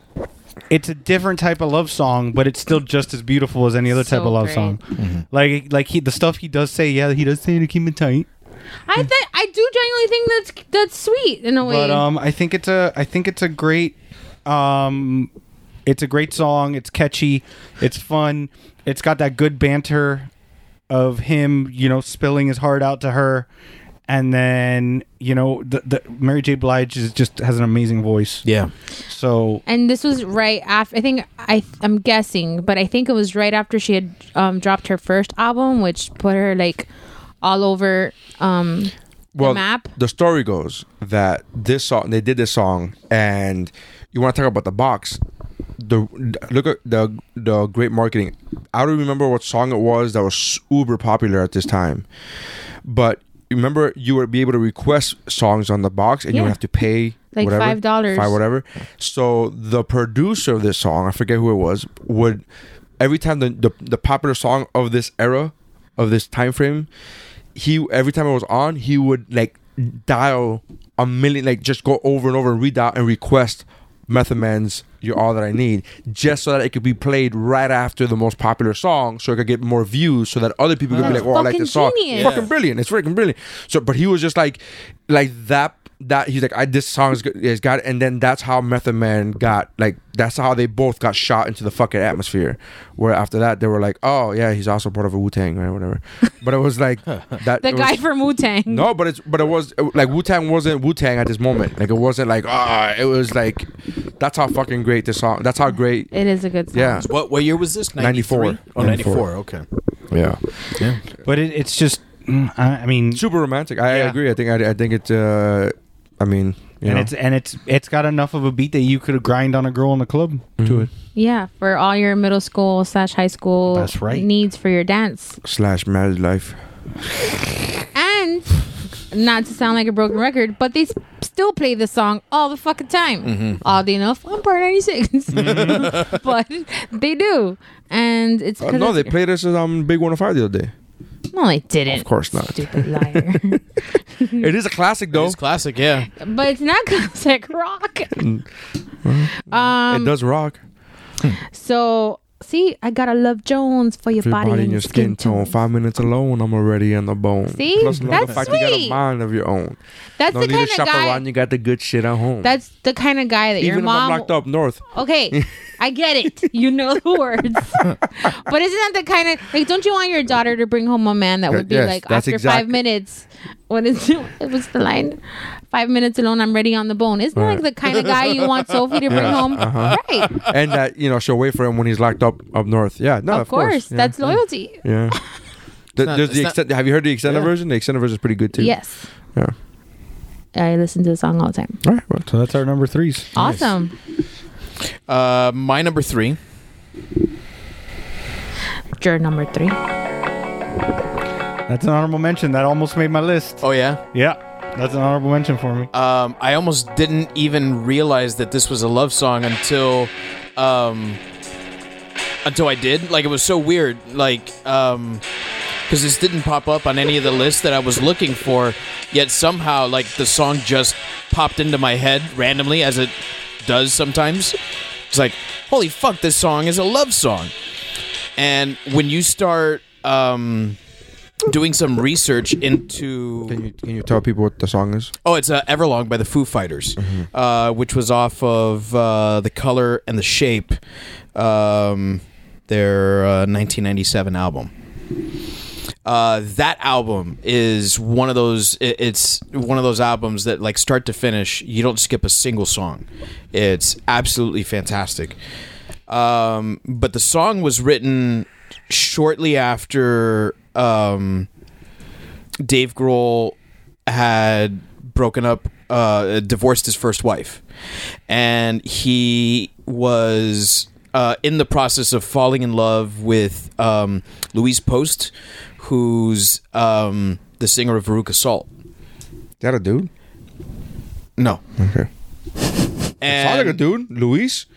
it's a different type of love song, but it's still just as beautiful as any other
So
type of love
great.
song. Like like he the stuff he does say, yeah, he does say to keep it tight.
I th- I do genuinely think that's that's sweet in a way.
But um, I think it's a I think it's a great um, it's a great song. It's catchy. It's fun. It's got that good banter of him, you know, spilling his heart out to her. And then you know, the, the Mary J. Blige is just has an amazing voice.
Yeah.
So
and this was right after I think I I'm guessing, but I think it was right after she had um, dropped her first album, which put her like all over um
well,
the map.
the story goes that this song they did this song, and you want to talk about the box. The look at the the great marketing. I don't remember what song it was that was uber popular at this time, but remember you would be able to request songs on the box, and you
Yeah.
would have to pay
Like
whatever,
$5.
five whatever. So the producer of this song, I forget who it was, would every time the the, the popular song of this era of this time frame he every time it was on, he would like dial a million, like just go over and over and redial and request Method Man's "You're All That I Need," just so that it could be played right after the most popular song, so it could get more views, so that other people could be
That's
like, "Oh, I like
fucking
this song."
genius.
Fucking brilliant! It's freaking brilliant. So, but he was just like, like that that he's like, I this song is, good, is got, and then that's how Method Man got like that's how they both got shot into the fucking atmosphere. Where after that they were like, oh yeah, he's also part of a Wu Tang right, whatever. But it was like that
The
it was-
guy from Wu Tang.
no, but it's but it was like Wu Tang wasn't Wu Tang at this moment. Like it wasn't like ah, it was like that's how fucking great this song. That's how great.
It is a good song.
Yeah,
What what year was this?
94.
93? Oh, 94.
94.
Okay.
yeah.
But it, it's just, mm, I, I mean,
Super romantic. I, I
Yeah.
agree. I think I, I think it. Uh, I mean, you
and
know.
it's and it's it's got enough of a beat that you could grind on a girl in the club to it.
Yeah, for all your middle school slash high school
That's right.
needs for your dance.
slash married life.
And not to sound like a broken record, but they s- still play this song all the fucking time.
Mm-hmm.
Oddly enough, on part 96. but they do. And it's
Uh,
'cause
no, they
it's-
played us on Big 105 the other day.
No, they didn't.
Of course not.
Stupid liar.
It is a classic though.
It's classic, yeah.
but it's not classic rock.
Mm.
Uh, Um,
it does rock.
So, see, I gotta love Jones for your
Your
body,
body and your skin tone. Five minutes alone, I'm already in the bone.
See?
Plus, I love
That's
the fact you got
sweet.
a mind of your own.
That's
No
the
need
kind
to
of
shop
guy.
around. You got the good shit at home.
That's the kind of guy that
Even
your
if
mom.
I'm locked up north.
Okay, I get it. You know the words, but isn't that the kind of like? Don't you want your daughter to bring home a man that
Uh,
would be
yes,
like
that's
after five
exact-
minutes? What is it? What's the line? Five minutes alone, I'm ready on the bone. Isn't that like the kind of guy you want Sophie to bring home?
Uh-huh.
Right,
and that you know she'll wait for him when he's locked up up north. Yeah, no,
of,
of,
course.
yeah.
That's loyalty.
yeah. The,
not-
there's the
it's not-
extent. Have you heard the extended
Yeah.
version? The extended version is pretty good too.
Yes,
Yeah.
I listen to the song all the time.
All right. Well,
So that's our number threes.
Awesome.
Uh, my number three.
Juror number three.
That's an honorable mention. That almost made my list.
Oh yeah.
Yeah, that's an honorable mention for me.
Um, I almost didn't even realize that this was a love song until, um, until I did. Like it was so weird. Like, um, because this didn't pop up on any of the lists that I was looking for. Yet somehow, like the song just popped into my head randomly, as it does sometimes. It's like, holy fuck, this song is a love song. And when you start um, doing some research into
can you can you tell people what the song is?
Oh, it's uh, Everlong by the Foo Fighters, uh, which was off of uh, the color and the shape, um, their uh, 1997 album. Uh, that album is one of those. i- It's one of those albums that, like, start to finish, you don't skip a single song. It's absolutely fantastic. Um, but the song was written shortly after. Um, Dave Grohl had broken up, uh, divorced his first wife, and he was uh, in the process of falling in love with um, Louise Post, who's um, the singer of Veruca Salt.
Is that a dude?
No,
Okay.
and
Sounds like a dude, Luis.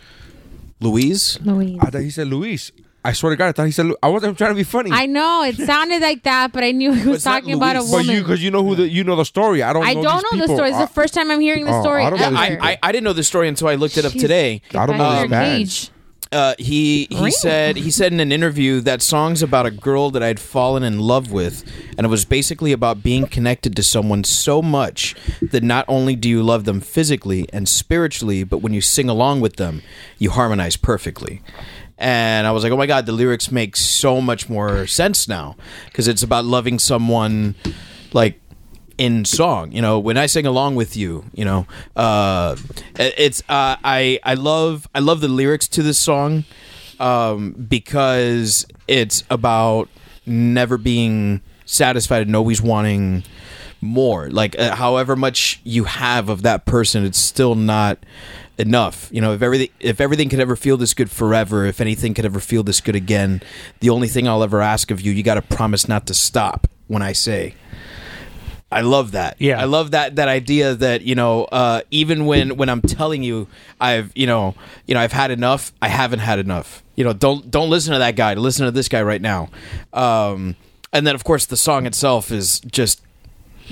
Louise.
Louise.
I thought he said Luis. I swear to God, I thought he said. Lu- I wasn't trying to be funny.
I know it sounded like that, but I knew he was
it's not
talking about a
Louise.
But
woman.
you, because you know who the, you know the story. I don't.
I
know
don't
these
know the
people.
story. It's
I-
the first time I'm hearing the
Oh,
story.
I don't know
Yeah,
these
ever.
people.
I, I, I didn't know the story until I looked it up
She's-
today.
I
Back
don't know
in
these
her
bands.
cage.
uh, he he
Really?
said he said in an interview that song's about a girl that I'd fallen in love with, and it was basically about being connected to someone so much that not only do you love them physically and spiritually, but when you sing along with them, you harmonize perfectly. And I was like, oh my god, the lyrics make so much more sense now because it's about loving someone like in song you know when i sing along with you you know uh it's uh i i love i love the lyrics to this song um because it's about never being satisfied and always wanting more like uh, however much you have of that person it's still not enough you know if everything if everything could ever feel this good forever if anything could ever feel this good again the only thing i'll ever ask of you you got to promise not to stop when i say I love that.
Yeah.
I love that that idea that you know, uh, even when when I'm telling you I've you know you know I've had enough, I haven't had enough. You know, don't don't listen to that guy. Listen to this guy right now. Um, and then of course the song itself is just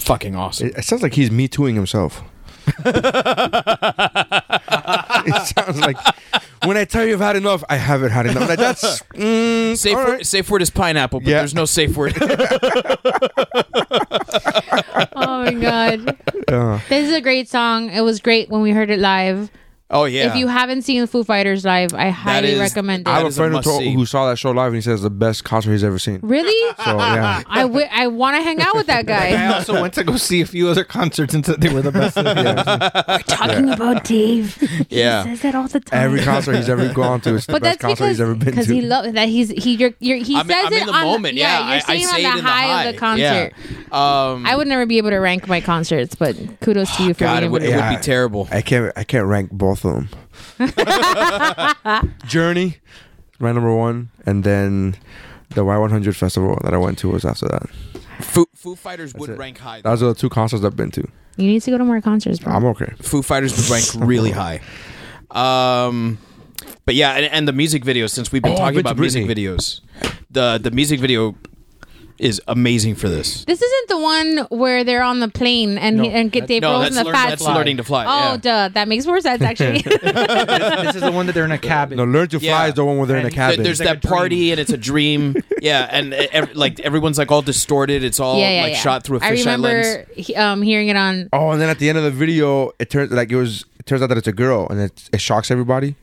fucking awesome.
It, it sounds like he's me tooing himself. it sounds like when I tell you I've had enough, I haven't had enough. Like, that's mm,
safe
all
word,
right.
safe word is pineapple, but
Yeah.
there's no safe word.
Oh my god. This is a great song. It was great when we heard it live.
Oh yeah.
If you haven't seen the Foo Fighters live, I highly
is-
recommend it.
I have
That
a
is a
friend who, told,
must-see.
who saw that show live and he says the best concert he's ever seen.
really?
So yeah,
I wi- I want to hang out with that guy.
I also went to go see a few other concerts and said they were the best. of the year.
Talking about Dave.
Yeah.
He says that all the time.
every concert he's ever gone to is the
but
best
that's
concert
because
he's ever been to.
because he loves that he's he you're, you're, he
I'm,
says
I'm
it
in the
on
moment. yeah,
you're
I, I
saying
say
on
it
the
in
high,
high
of the concert.
Yeah. Um,
I would never be able to rank my concerts, but kudos to you for
God,
being
it
able
would,
to.
it
Yeah.
would be terrible.
I can't. I can't rank both of them. Journey, my number one, and then the Y100 festival that I went to was after that.
Foo, Foo Fighters would
it.
rank high.
Those are the two concerts I've been to.
You need to go to more concerts, bro.
I'm okay.
Foo Fighters would rank really high. Um, but yeah, and, and the music video. Since we've been
Oh,
talking
Rich
about music
Britney.
videos, the the music video is amazing for this.
This isn't the one where they're on the plane and he, and get Dave
no,
Grohl's in
that's,
the
learn,
fat
that's
suit.
learning to fly.
Oh,
yeah.
duh, that makes more sense actually.
this is the one that they're in a cabin.
No, learn to fly
Yeah.
is the one where they're in a
And
Th-
cabin.
There's
It's like
that
a dream.
party and it's a dream. yeah, and e- ev- like everyone's like all distorted. It's all
yeah, yeah,
like
yeah.
shot through a
I
fisheye lens.
remember he- um, hearing it on.
oh, and then at the end of the video, it turns like it was. It turns out that it's a girl, and it, it shocks everybody.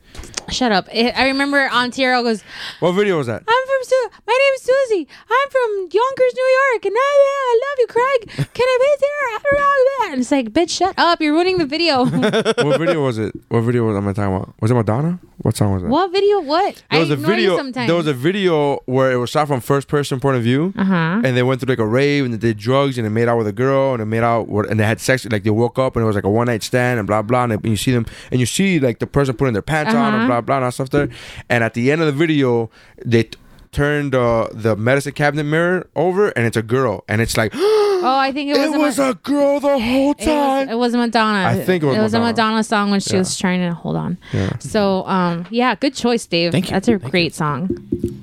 Shut up! It, I remember on TRL goes.
What video was that?
I'm from Su- my name is Susie. I'm from Yonkers, New York, and I, I love you, Craig. Can I be there? I don't know that. And it's like, bitch, shut up! You're ruining the video.
what video was it? What video was am I talking about? Was it Madonna? What song was that?
what video? What?
There was
I
a
ignore
video.
You sometimes.
There was a video where it was shot from first person point of view,
Uh-huh.
and they went through like a rave and they did drugs and they made out with a girl and they made out with- and they had sex. Like they woke up and it was like a one night stand and blah blah. And, you see them and you see like the person putting their pants on
Uh-huh.
and blah blah and all stuff there. And at the end of the video, they. T- turned uh, the medicine cabinet mirror over and it's a girl and it's like
oh, I think it was.
it was
Ma-
a girl the whole
it was,
time
it was a Madonna.
I think it was
a
Madonna.
Madonna song when she
Yeah.
was trying to hold on.
Yeah.
So, um, yeah, good choice, Dave.
Thank you.
That's a
Thank
great song.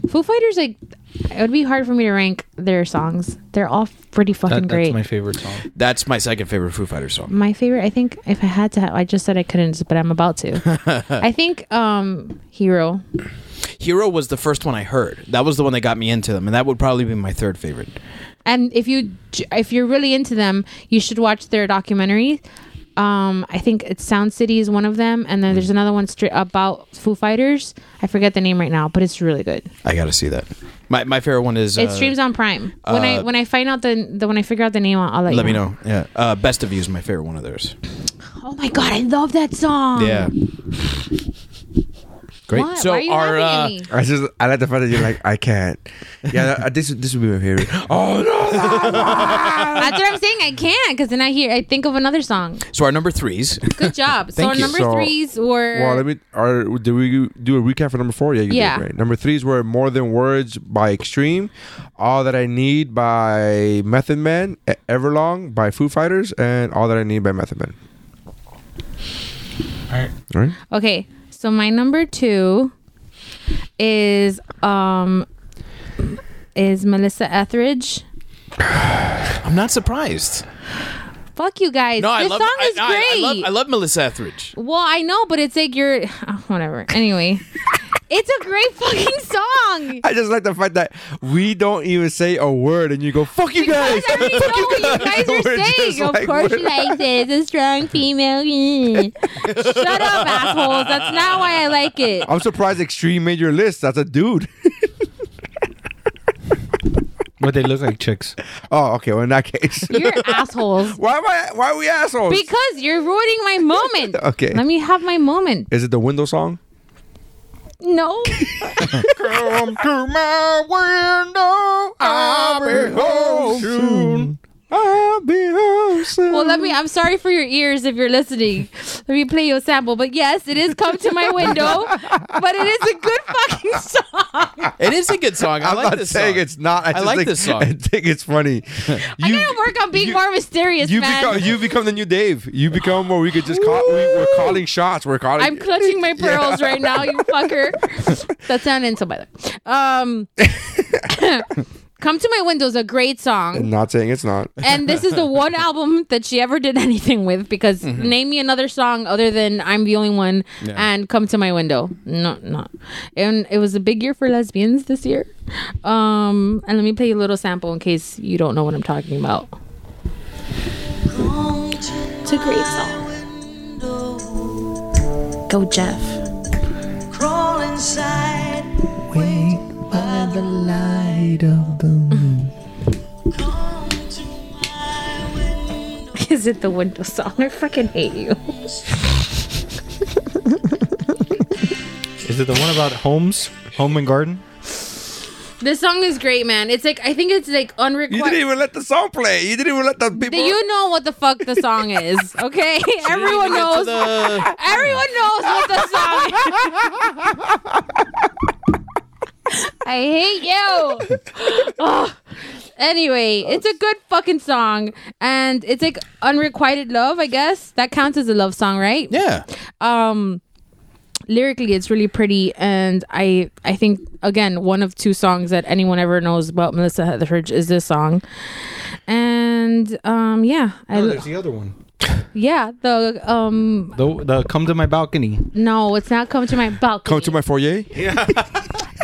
Foo Fighters, like, it would be hard for me to rank their songs. They're all pretty fucking
That-
great.
that's my favorite song.
That's my second favorite Foo Fighters song.
my favorite i think if i had to have, i just said i couldn't but i'm about to i think um hero
Hero was the first one I heard. That was the one that got me into them, and that would probably be my third favorite.
and if you j- if you're really into them you should watch their documentary um i think it's sound city is one of them and then there's
Mm.
another one straight about foo fighters i forget the name right now but it's really good
I gotta see that. My my favorite one is.
it
uh,
streams on prime when i
uh,
when i find out the, the when i figure out the name i'll, I'll let,
Let me
you
know. Yeah, uh, best of you is my favorite one of theirs.
oh my god i love that song
yeah. Great.
What?
So
Why are you
our uh,
laughing at me?
I just I like the fact that you're like I can't. Yeah, that- uh, this this would be my favorite. Oh no, that
that's what i'm saying i can't because then i hear i think of another song
so our number threes.
good job so
Thank
our
you.
number
So-
threes were
Well, let me. Are did we do a recap for number four? Yeah, you
Yeah.
did. Right. Number threes were "More Than Words" by Extreme, "All That I Need" by Method Man, E- "Everlong" by Foo Fighters, and "All That I Need" by Method Man. All right.
Okay, so my number two is um is Melissa Etheridge.
I'm not surprised.
Fuck you guys.
No, I
this
love.
song
I,
is
I- I
great.
love. I love Melissa Etheridge.
well, I know, but it's like you're oh, whatever. Anyway. It's a great fucking song.
I just like the fact that we don't even say a word, and you go "fuck you guys."
Because I already know
Fuck
what you guys are
We're just
saying. Of
like,
course she
we're-
likes it. It's a strong female. Shut up, assholes. That's not why I like it.
I'm surprised Extreme made your list. That's a dude.
But they look like chicks.
Oh, okay. Well, in that case,
You're assholes.
why am I? Why are we assholes?
Because you're ruining my moment.
Okay.
Let me have my moment.
Is it the window song?
No.
Come to my window. I'll be home soon. I'll be home soon.
Well, let me. I'm sorry for your ears if you're listening. Let me play you a sample. But yes, it is "Come to My Window," but it is a good fucking song.
It is a good song. I
I'm
like
not
this
saying
song.
it's not. I, just
like
think,
this song.
I think it's funny.
I gotta work on being
you-
more mysterious,
You
man.
become you become the new Dave. You become where we could just call. We, we're calling shots. We're calling.
I'm clutching my pearls right now, you fucker. That's not an insult, by the way. Um, "Come to My Window" is a great song,
not saying it's not.
and this is the one album that she ever did anything with. Because
Mm-hmm.
name me another song other than "I'm the Only One" and "Come to My Window." No, no. And it was a big year for lesbians this year. Um, and let me play you a little sample in case you don't know what I'm talking about.
Come a great song. Go, Jeff.
Crawl inside.
Wait by the light of the moon.
Is it the window song? I fucking hate you.
Is it the one about homes, home and garden?
this song is great, man. It's like I think it's like unrequited.
You didn't even let the song play. You didn't even let the people.
You know what the fuck the song is, okay? Everyone
get to
knows.
the-
Everyone knows what the song is. I hate you. Ugh. Anyway, it's a good fucking song, and it's like unrequited love. I guess that counts as a love song, right?
Yeah.
Um, lyrically, it's really pretty, and I I think again one of two songs that anyone ever knows about Melissa Etheridge is this song, and um, yeah, I
No,
l-
there's the other one.
yeah, the um
The, the come to my balcony.
no, it's not come to my balcony.
Come to my foyer. Yeah.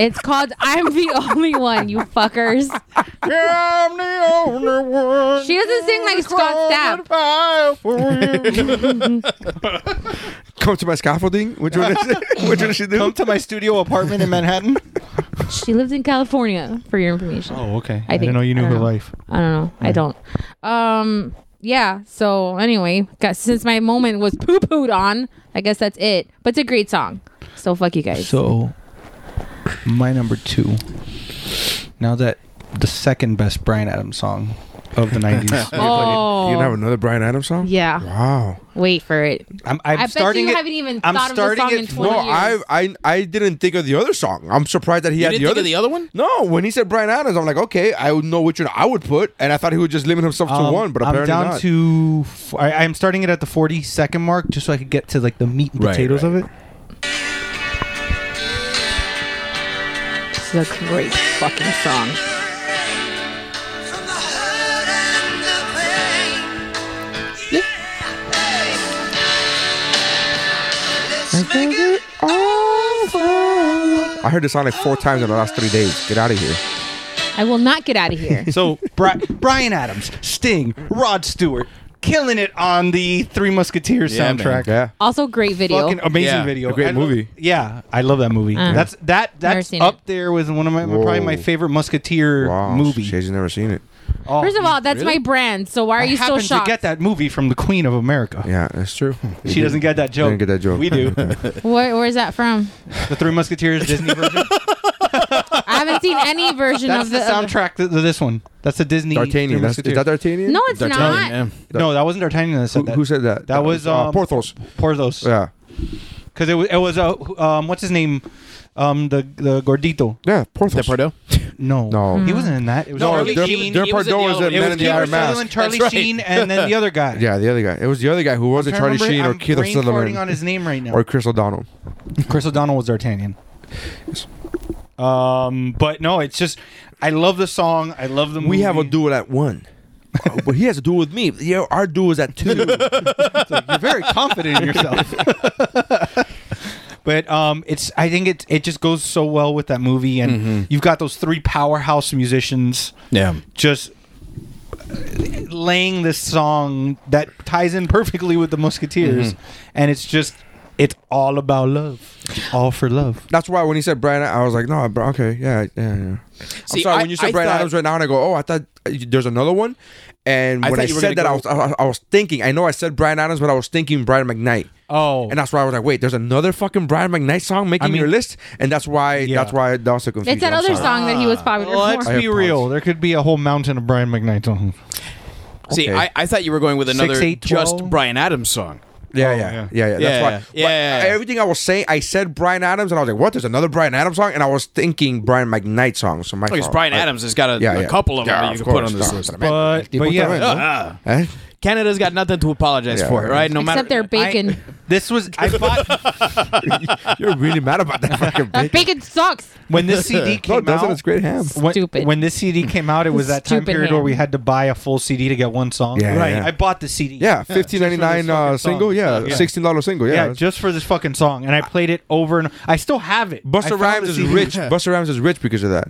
It's called I'm the only one, you fuckers.
Yeah, I'm the only one.
She doesn't sing like Scott Stapp.
Come to my scaffolding. Which one is it? Which one does she do? Come
to my studio apartment in Manhattan.
she lives in California, for your information.
Oh, okay.
I
I, didn't
think-
know you knew
I
her
don't know.
life.
I don't know.
Mm.
I don't. Um yeah, so anyway, got, since my moment was poo pooed on, I guess that's it. But it's a great song. So fuck you guys.
So, my number two. Now that the second best Brian Adams song of the nineties.
Oh. You have
another Brian Adams song?
Yeah.
Wow.
Wait for it.
I'm,
I bet you haven't even thought of the song in 20
no,
years.
I, I I didn't think of the other song. I'm surprised that he
You
had
didn't
the
think of the
other.
other one?
No, when he said Brian Adams, I'm like, okay, I would know which one I would put, and I thought he would just limit himself to
Um,
one, but
I'm
apparently
down
not.
to. f- I, am starting it at the 40 second mark, just so I could get to like the meat and
Right,
potatoes of it.
This is a great fucking song.
I heard this song like four times in the last three days. Get out of here.
I will not get out of here.
So Bri- Brian Adams, Sting, Rod Stewart, killing it on the Three Musketeers
Yeah, man.
soundtrack.
Yeah.
Also, great video.
Fucking amazing
Yeah,
video.
a great
I lo-
movie.
yeah, I love that movie.
Uh,
that's that
never
that's
seen
up there with one of my probably my favorite Musketeer
Wow,
movie.
She's never seen it.
Oh,
First of all, that's my brand. So why are you so
happened
shocked?
to get that movie from the Queen of America.
Yeah, that's true.
She doesn't get that joke.
Didn't get that joke.
We do.
Where, where's that from?
the Three Musketeers Disney version.
I haven't seen any version
That's
of
the
the,
soundtrack to to this one. That's the Disney.
D'Artagnan,
Three
that's- is that D'Artagnan?
No, it's not.
No, that wasn't D'Artagnan that said
Who,
that.
who said that?
That was
uh,
um,
Porthos.
Porthos.
Yeah.
Because it was it was uh, who- um what's his name, um the the gordito.
Yeah, Porthos.
Depardo.
No,
No.
he wasn't in that. It was
No,
Charlie
Der-
Sheen.
Der
He was in
Pardo
the
was
other
in
one. It
Men in
was
the Iron
Kiefer Sutherland,
Mask.
Charlie
That's right.
Sheen, and then the other guy.
Yeah, the other guy. It was the other guy who wasn't
trying to
Charlie
remember-
Sheen or
I'm
Keith
brain
Sutherland
farting on his name right now.
or Chris O'Donnell.
Chris O'Donnell was D'Artagnan. Um, but no, it's just I love the song. I love the movie.
We have a duel at one. Oh, but he has a duel with me. Yeah, our duel is at two.
You're very confident in yourself. but um, it's I think it it just goes so well with that movie, and you've got those three powerhouse musicians
Yeah.
just laying this song that ties in perfectly with the Musketeers, and it's just it's all about love, It's all for love.
That's why when he said Brian, I was like, no, bro, okay, yeah, yeah, yeah.
See,
I'm sorry.
I-
when you said
I
Brian
thought-
Adams right now, and I go, oh, I thought uh, there's another one. And
I
when
thought
I
you were
said that, I
gonna
was I, I was thinking. I know I said Brian Adams, but I was thinking Brian McKnight.
Oh,
And that's why I was like, wait, there's another fucking Brian McKnight song making
I mean-
your list, and that's why that's why that was so confusing.
It's that
I'm
other
sorry.
song that he was popular
let's
for.
I
be
apologize.
real. There could be a whole mountain of Brian McKnight songs.
See,
Okay.
I, I thought you were going with another
eight,
just
twelve.
Brian Adams song.
Yeah,
Oh,
yeah, yeah,
yeah.
yeah. That's
Yeah,
why.
yeah,
but
yeah.
I- everything I was saying, I said Brian Adams, and I was like, what? There's another Brian Adams song, and I was thinking Brian McKnight song. So my
Because
fault.
Brian
Oh, I-
Oh, Adams has got a,
Yeah,
a
yeah.
couple of them
Yeah,
that you
of
can put on
course,
this
no,
list.
But but yeah,
Ah.
Eh?
Canada's got nothing to apologize
Yeah.
for, right? No matter
Except their bacon.
this was I bought
Eh? You're really mad about that fucking
that
bacon.
bacon sucks.
when this CD came
No, it doesn't.
out.
It's great Mm. ham.
when,
Stupid.
When this CD came out, it was that time
Stupid
period where
ham.
we had to buy a full CD to get one song.
Yeah, Right. yeah.
I bought the CD.
Yeah, fifteen ninety
Just for
nine
this fucking
uh, single.
song.
Yeah,
Yeah.
sixteen dollar single.
Yeah,
Yeah.
just for this fucking song, and I played it over and I still have it. I
Buster
found
Rhymes
the
is
CD.
rich. Buster Rhymes is rich because of that.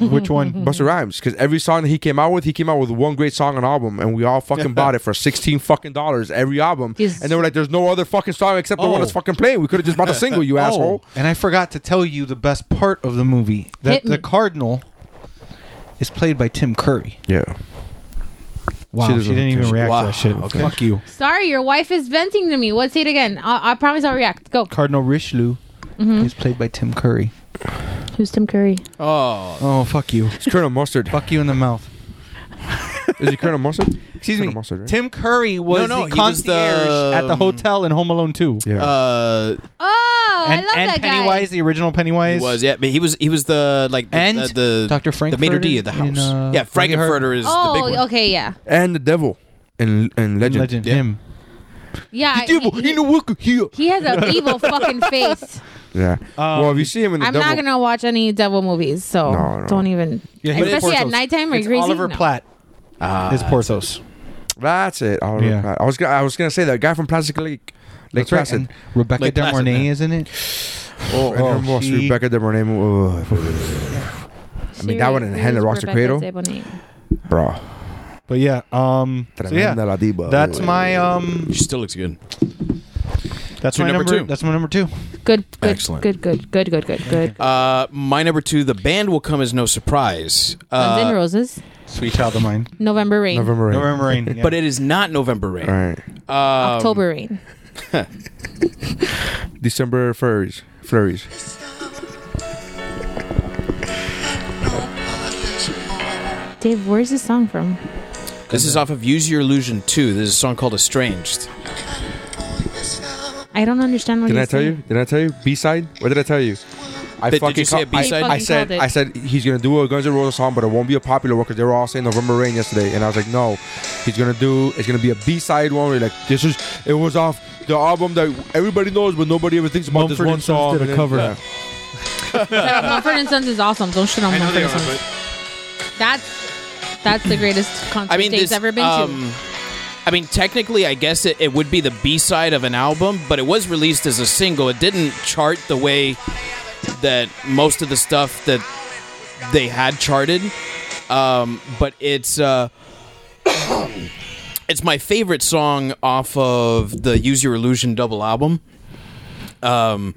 Which one? Mm-hmm.
Buster Rhymes, because every song that he came out with, he came out with one great song and album, and we all fucking bought it for sixteen fucking dollars every album,
Yes.
and they were like, "There's no other fucking song except the one
Oh.
that's fucking playing. We could have just bought a single, you
Oh,
asshole."
And I forgot to tell you the best part of the movie
Hit
that
me.
the cardinal is played by Tim Curry.
Yeah.
Wow,
She
she,
doesn't-
didn't even
she-
react
wow,
to that shit.
okay.
Fuck you,
Sorry, your wife is venting to me. What's it again? I, I promise I'll react. Go.
Cardinal Richelieu
Mhm.
is played by Tim Curry.
Who's Tim Curry?
Oh,
oh, fuck you. It's
Colonel Mustard.
Fuck you in the mouth.
Is he Colonel Mustard?
Excuse
Colonel
me.
Mustard, right?
Tim Curry was
No, no,
the
he was the,
concierge at the
um,
hotel in Home Alone 2.
Yeah.
Uh,
oh,
and, and Pennywise, the original Pennywise.
He was yeah, but he was he was the like the,
And
the, the
Dr.
the maitre d of the
Frankfurter in,
house.
uh,
yeah,
Frankie Herbert.
Frankenfurter is
oh,
the big one.
okay, yeah,
and the devil and and legend.
Legend, him.
yeah. I- he, he has an evil fucking face.
Yeah.
Uh,
well, if you see him in the
I'm
devil,
not gonna watch any devil movies, so
No, no.
don't even.
Yeah, he was
especially at
Porthos.
nighttime, are you
It's
crazy?
Oliver
No.
Platt
Ah,
is Porthos.
That's it. Oliver
Yeah.
Platt. I was gonna, I was gonna say that guy from Plastic Lake. Lake
That's right,
Placid.
and Rebecca
Lake
De
Placid,
Mornay,
yeah.
isn't it?
Oh,
oh,
and almost
she-
Rebecca De Mornay. oh, I mean, that one and Hand that Rocks the Cradle. Bro.
But yeah, um, so yeah,
Tremenda la diva.
that's my um,
She still looks good.
that's
Your
my
number
number.
two.
That's my number two.
Good, good,
Excellent.
good, good, good, good, good, good.
Uh, my number two, the band will come as no surprise.
Guns N'
Uh,
Roses,
Sweet child of mine.
November Rain,
Rain.
November Rain. yeah.
but it is not November rain.
Right.
Um,
October Rain.
December flurries. Flurries.
Dave, where's this song from?
This is off of Use Your Illusion 2. There's a song called Estranged.
I don't understand what
Did
you're
I tell you? Did I tell you? B side. What did I tell you? I
Did- did you say a
ca- I-
B-side?
I,
He
said
fucking
I said he's gonna do a Guns N' Roses song, but it won't be a popular one because they were all saying November Rain yesterday, and I was like, no, he's gonna do. It's gonna be a B side one. Where like this is it was off the album that everybody knows, but nobody ever thinks about this
Mumford
one
and Sons
song.
did a
and then-
cover.
yeah.
Sorry, Mumford and Sons is awesome. Don't shit on Mumford and Sons. That's that's the greatest concert
I mean,
Dave's
this,
ever been
um, I mean, technically, I guess it, it would be the B side of an album, but it was released as a single. It didn't chart the way that most of the stuff that they had charted. Um, but it's uh, it's my favorite song off of the Use Your Illusion double album. Um,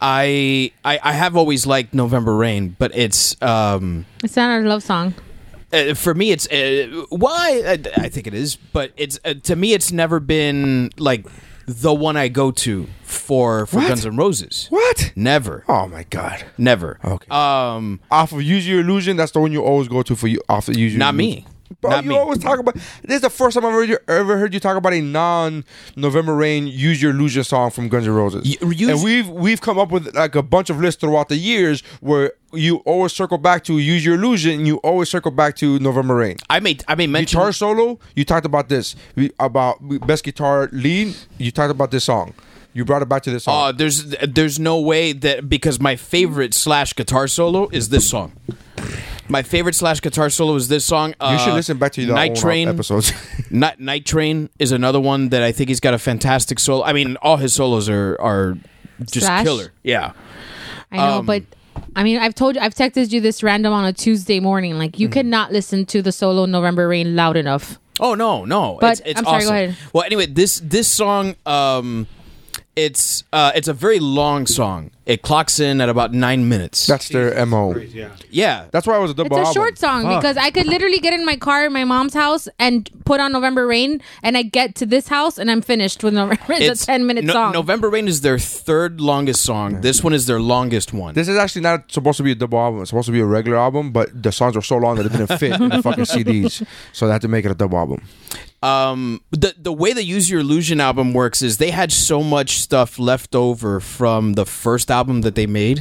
I, I I have always liked November Rain, but it's um,
to. It's not a love song.
uh, for me it's uh, why I, I think it is but it's uh, to me it's never been like the one i go to for for
What?
guns N' roses
What?
never
Oh my god.
never
Okay.
um
Off of Use Your Illusion, that's the one you always go to for you. Off of Use Your
Not me.
Illusion. Bro,
Not
you
me.
always talk about. This is the first time I've ever, ever heard you talk about a non-November Rain "Use Your Illusion" song from Guns N' Roses.
use-
and we've we've come up with like a bunch of lists throughout the years where you always circle back to "Use Your Illusion" and you always circle back to November Rain.
i made i made mention
Guitar solo, you talked about this we, about best guitar lead. You talked about this song. You brought it back to this song.
oh there's there's no way that because my favorite slash guitar solo is this song my favorite slash guitar solo is this song
you should
Uh,
listen back to the
night train
episodes.
Night, Night Train is another one that I think he's got a fantastic solo. I mean, all his solos are are just
Slash?
killer. Yeah.
I know,
Um,
but I mean, I've told you, I've texted you this random on a Tuesday morning. Like,
Mm.
you cannot listen to the solo November Rain loud enough.
Oh no, no.
But-
it's, it's
I'm sorry, go
awesome.
ahead.
Well, anyway, this this song, um, it's uh, it's a very long song. It clocks in at about nine minutes.
That's their mo.
Yeah,
That's why it was a double.
It's a
album.
short song
Fuck.
because I could literally get in my car in my mom's house and put on November Rain, and I get to this house and I'm finished with November. It's, a ten minute
No-
song.
November Rain is their third longest song. This one is their longest one.
This is actually not supposed to be a double album. It's supposed to be a regular album, but the songs were so long that it didn't fit in the fucking CDs. So they had to make it a double album.
um the the way the use your illusion album works is they had so much stuff left over from the first album that they made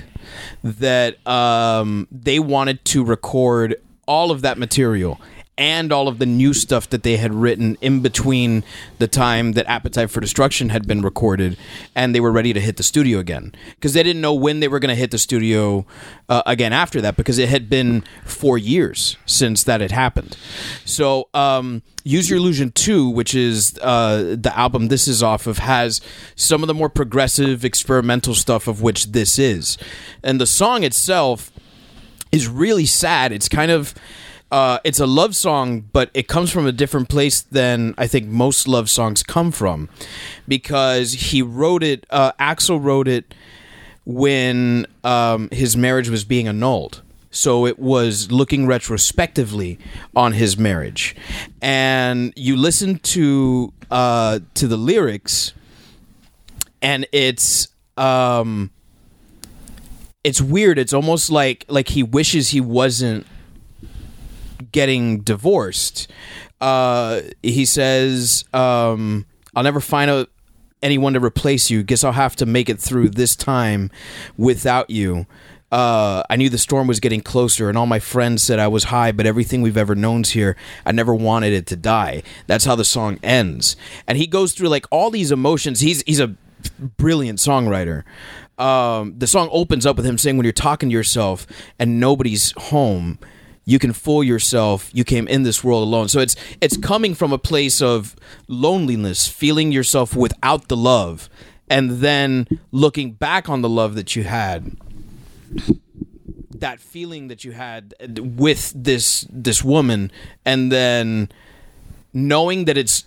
that um they wanted to record all of that material and all of the new stuff that they had written in between the time that appetite for destruction had been recorded and they were ready to hit the studio again because they didn't know when they were going to hit the studio uh, again after that because it had been four years since that had happened so um, use your illusion 2 which is uh, the album this is off of has some of the more progressive experimental stuff of which this is and the song itself is really sad. It's kind of Uh, it's a love song, but it comes from a different place than I think most love songs come from, because he wrote it. Uh, Axel wrote it when um, his marriage was being annulled. So it was looking retrospectively on his marriage, and you listen to uh, to the lyrics, and it's um, it's weird. It's almost like like he wishes he wasn't getting divorced. Uh, he says, um, "I'll never find out anyone to replace you. Guess I'll have to make it through this time without you." Uh, I knew the storm was getting closer, and all my friends said I was high, but everything we've ever known's here. I never wanted it to die. That's how the song ends. And he goes through like all these emotions. He's he's a brilliant songwriter. Um, the song opens up with him saying, "When you're talking to yourself and nobody's home, you can fool yourself. You came in this world alone." So it's it's coming from a place of loneliness, feeling yourself without the love, and then looking back on the love that you had that feeling that you had with this this woman and then knowing that it's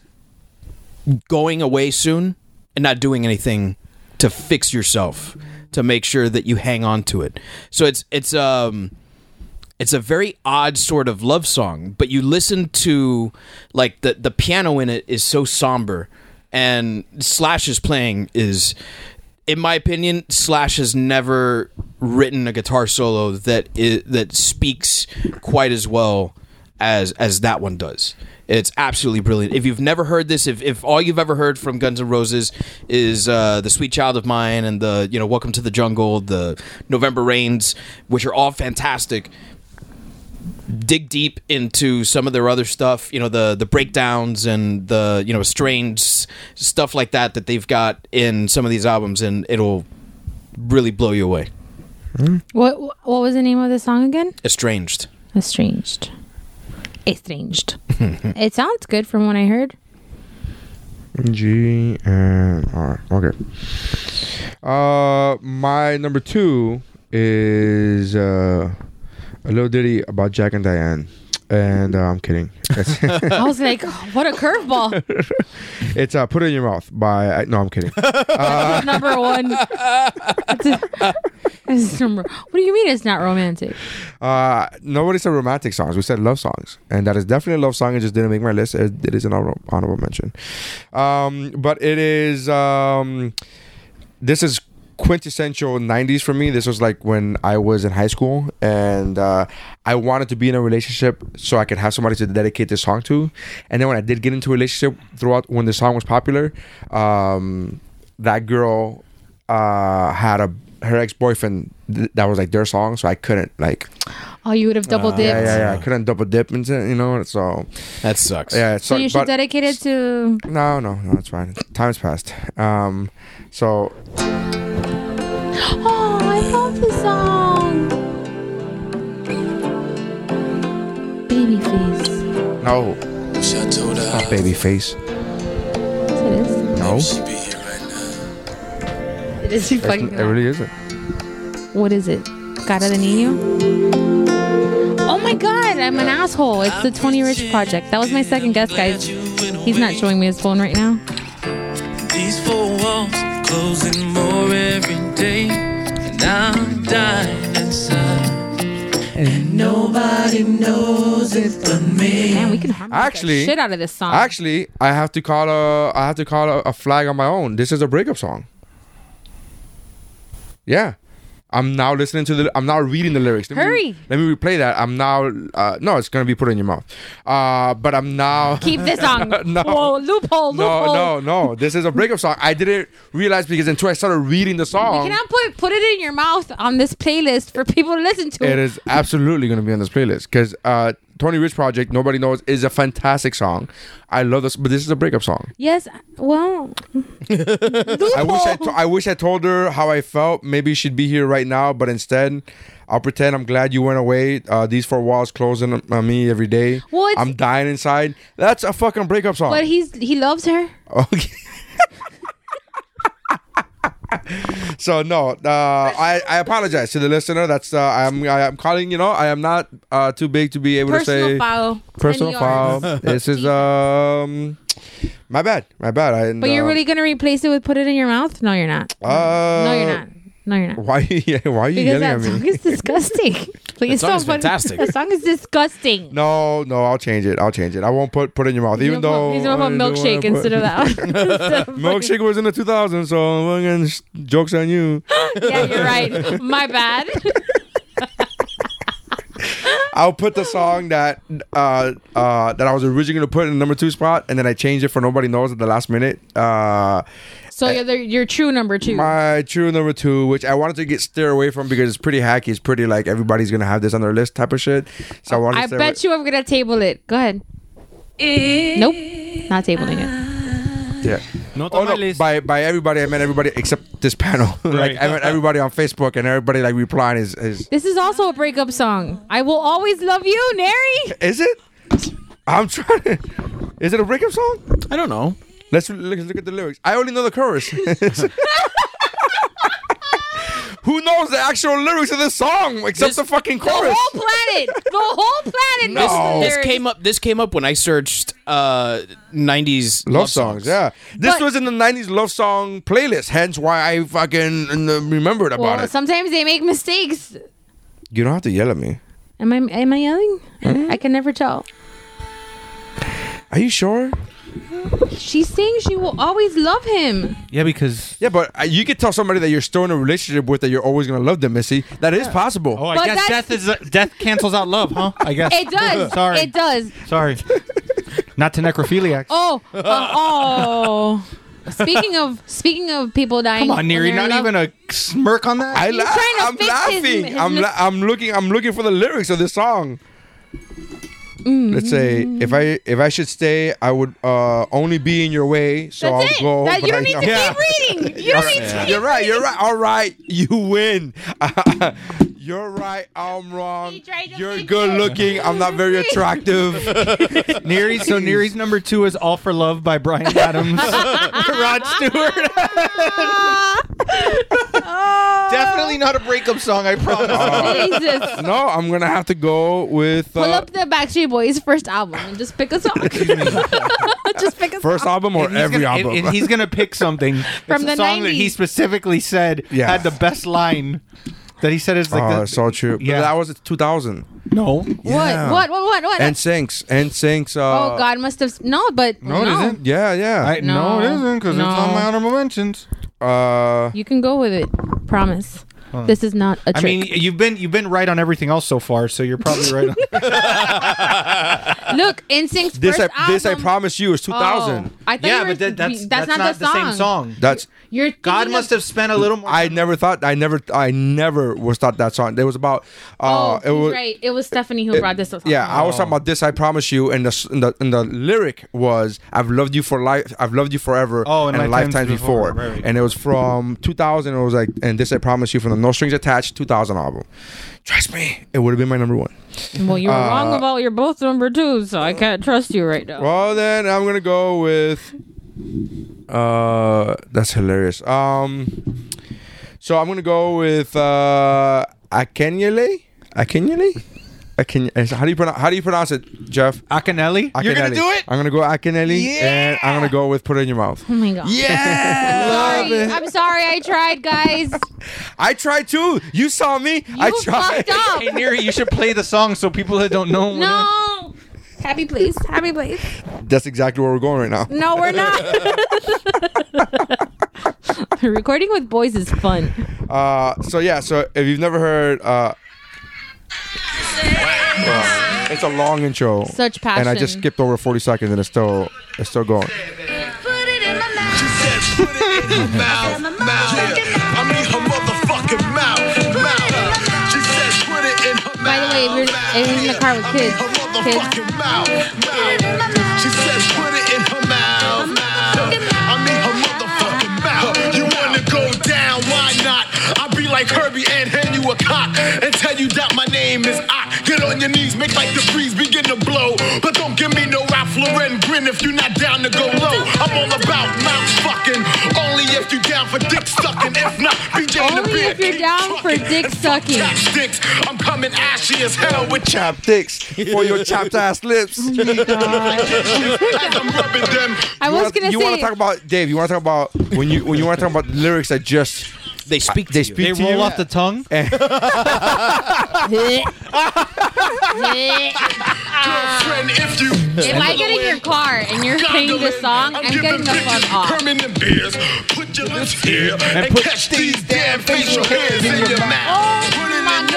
going away soon and not doing anything to fix yourself to make sure that you hang on to it so it's it's um it's a very odd sort of love song but you listen to like the the piano in it is so somber and slash's playing is in my opinion, Slash has never written a guitar solo that i that speaks quite as well as as that one does. It's absolutely brilliant. If you've never heard this, if, if all you've ever heard from Guns N' Roses is uh, the Sweet Child of Mine and the you know Welcome to the Jungle, the November Rains, which are all fantastic, dig deep into some of their other stuff you know the the breakdowns and the you know strange s- stuff like that that they've got in some of these albums and it'll really blow you away
What What was the name of the song again?
estranged
Estranged. Estranged. it sounds good from what I heard.
G and R. Okay. Uh, my number two is uh, a little ditty about Jack and Diane, and uh, I'm kidding. It's,
I was like, what a curveball.
it's uh, "Put It in Your Mouth" by I, no, I'm kidding.
That's number one. That's number- what do you mean it's not romantic?
Uh, nobody said romantic songs. We said love songs, and that is definitely a love song. It just didn't make my list. It, it is an honorable, honorable mention, um, but it is. Um, this is quintessential 90s for me this was like when i was in high school and uh, i wanted to be in a relationship so i could have somebody to dedicate this song to and then when i did get into a relationship throughout when the song was popular um, that girl uh, had a her ex-boyfriend th- that was like their song so i couldn't like
Oh, you would have double dipped.
Uh, yeah, yeah, yeah. I couldn't double dip into it, you know. So
that sucks.
Yeah, it
So
sucked,
you should
but-
dedicate it to.
No, no, no. It's fine. Time's passed. Um, so
Oh, I love the song. Babyface.
no. Not baby face.
It is.
No.
It is
It's-
fucking.
it really isn't.
What is it? Cara de Niño? Oh my god, I'm an asshole. It's the 20 Rich Project. That was my second guess, guys. He's not showing me his phone right now.
These four walls closing more every day, and I'm dying inside. And nobody knows it but me.
Man, we can harm
Actually,
shit out of this song.
Actually, I have to call a. I have to call a, a flag on my own. This is a breakup song. Yeah, I'm now listening to the. I'm now reading the lyrics. Let
Hurry.
Me, let me replay that. I'm now. Uh, no, it's gonna be put in your mouth. Uh, but I'm now.
Keep this on.
no.
Whoa, loophole,
No,
loophole.
no, no. This is a breakup song. I didn't realize because until I started reading the
You
song,
cannot put put it in your mouth on this playlist for people to listen to.
it is absolutely going to be on this playlist because uh, Tony Rich Project, nobody knows, is a fantastic song. I love this, but this is a breakup song.
Yes, well,
I wish I, to- I wish I told her how I felt. Maybe she'd be here right now, but instead, I'll pretend I'm glad you went away. Uh, these four walls closing on me every day.
Well, it's-
I'm dying inside. That's a fucking breakup song.
but he's he loves her.
Okay. so no, uh, I I apologize to the listener. That's uh, I'm I am calling. You know, I am not uh, too big to be able
Personal
to say
foul, 10
Personal foul.
yards.
this is um, my bad, my bad. I,
But you're really gonna replace it with put it in your mouth? No, you're not.
Uh,
no, you're not. No, you're not.
Why? Yeah, why are you
Because
yelling
that
at me?
song is disgusting. Please
song
don't
is
put-
fantastic.
That song is disgusting.
No, no, I'll change it. I'll change it. I won't put put it in your mouth, even
gonna put-
though
he's gonna put
I don't
milkshake
wanna
instead of that
milkshake was in the 2000s, so fucking sh- jokes on you.
yeah, you're right. My bad.
I'll put the song that uh, uh, that I was originally gonna put in the number two spot, and then I changed it for nobody knows at the last minute. Uh,
So you're the, your true number two.
my true number two, which I wanted to get steer away from because it's pretty hacky. It's pretty like everybody's gonna have this on their list type of shit. So I wanted.
I
to stay
bet you I'm gonna table it. Go ahead. nope, not tabling it.
Yeah. oh, no, By by everybody, I meant everybody except this panel. like I meant everybody on Facebook and everybody like replying is is,
This is also a breakup song. I will always love you, Neri.
is it? I'm trying. To, is it a breakup song?
I don't know.
Let's look, look at the lyrics. I only know the chorus. Who knows the actual lyrics of this song except the fucking
The
chorus?
whole planet. The whole planet. knows the
This, this
lyrics.
came up. This came up when I searched uh, '90s love, songs.
Yeah, this was in the '90s love song playlist. Hence why I fucking uh, remembered about
Well,
it.
sometimes they make mistakes.
You don't have to yell at me.
Am I am I yelling? I can never tell.
Are you sure?
She's saying she will always love him.
Yeah, because yeah, but uh, you could tell somebody that you're still in a relationship with that you're always gonna love them, Missy. That is possible. Oh,
I
But guess that's-
death is death cancels out love, huh? I guess
It does.
Sorry,
It does.
sorry. Not to necrophiliacs.
Oh, uh, oh. Speaking of speaking of people dying.
Come on, Neri. Not even a smirk on that.
I
He's trying to
am
fix his-
laughing.
his
I'm
mis-
la- I'm looking. I'm looking for the lyrics of this song. Let's say if I if I should stay, I would uh only be in your way. So
That's it.
I'll go.
That-
but
you
I
don't need to
know-
keep reading. You don't need to keep
You're right. You're right. All right. You win. you're right. I'm wrong. You're good looking. I'm not very attractive.
Neri. So Neri's number two is "All for Love" by Brian Adams, Rod Stewart. Definitely not a breakup song. I promise.
Jesus.
Uh, No, I'm gonna have to go with
Pull
uh,
up the Backstreet Boys first album and just pick a song. just pick a song.
first album or
And he's
every
gonna-
album.
and, and he's gonna pick something
From
It's
the
a song that he
90s.
specifically said
Yeah.
had the best line that he said is like
oh,
the,
so true. Yeah,
Yeah.
that was 2000.
no
Yeah.
What? What? What? What? What?
And sinks and sinks. Uh,
oh God, must have no, but no,
Yeah, yeah.
I, no. it isn't because it's on
No.
my honorable mentions.
uh,
You can go with it. Promise.
Huh.
This is not a
I
trick.
mean, you've been you've been right on everything else so far, so you're probably right. on
Look, Instinct's
uh, this I,
first album.
this I promise you is
Oh,
2000.
I thought you were- that's, not, the, song.
That's
You're thinking of-
have spent a little more.
I never thought. I never. I never was thought that song. It was about. Uh,
Oh,
it was.
right. It was Stephanie who brought this Oh. up.
Yeah, I was talking about this. I promise you, and the s- and the, and the lyric was, "I've loved you for life. I've loved you forever.
Oh, and lifetimes before, right.
And it was from 2000. It was like, and this I promise you from the No Strings Attached 2000 album. Trust me, it would have been my number one.
Well, you were
Uh,
wrong about you're both number two, so I can't trust you right now.
Well, then I'm gonna go with. Uh, that's hilarious. Um, so I'm gonna go with uh, Akenyele. Akenyele. Aken- how do you pronounce? How do you pronounce it, Jeff?
Akinelli. You're gonna
Akinele.
do it.
I'm gonna go Akinelli, and I'm gonna go with "Put It in Your Mouth."
Oh my god.
Yeah,
Sorry. I'm sorry. I tried, guys.
I tried too. You saw me. I
You
tried.
fucked up.
Hey, Neri, you should play the song so people that don't know.
No. Happy place. Happy place.
That's exactly where we're going right now.
No, we're not. Recording with boys is fun.
Uh, so yeah, so if you've never heard, uh, well, it's a long intro.
Such
And I just
passion.
skipped over 40 seconds, and it's still it's still going.
mouth, mouth. Yeah. I mean her motherfucking mouth, mouth. She said, put it in her
By the way, if you're, if you're in the car with kids, kids,
mouth, mouth. She said, put it in her mouth, mouth. I mean her motherfucking mouth. You wanna go down? Why not? I'll be like Herbie and hand you a cock and tell you that my name is I. Get on your knees, make like the breeze begin to blow. But don't give me no Ralph Lauren grin if you're not down to go low. I'm all about mouth fucking. Only if
if you down for dick sucking. If not, BJ in the
Only
bed.
if you're down for dick sucking.
Dicks, I'm coming ashy as hell with chop
dicks for your chopped ass lips.
As I'm rubbing them.
Oh I was
You wanna-
gonna
You want
say-
to talk about Dave? You want to talk about when you when you want to talk about the lyrics that just
they speak.
they speak.
They
to
roll
you?
off the tongue.
Girlfriend, if you.
Uh, If I get in your car and you're playing this song, I'm getting the fuck off.
Permanent beers. Put your lips here and,
put
catch these damn facial hairs in your mouth.
Oh
Put it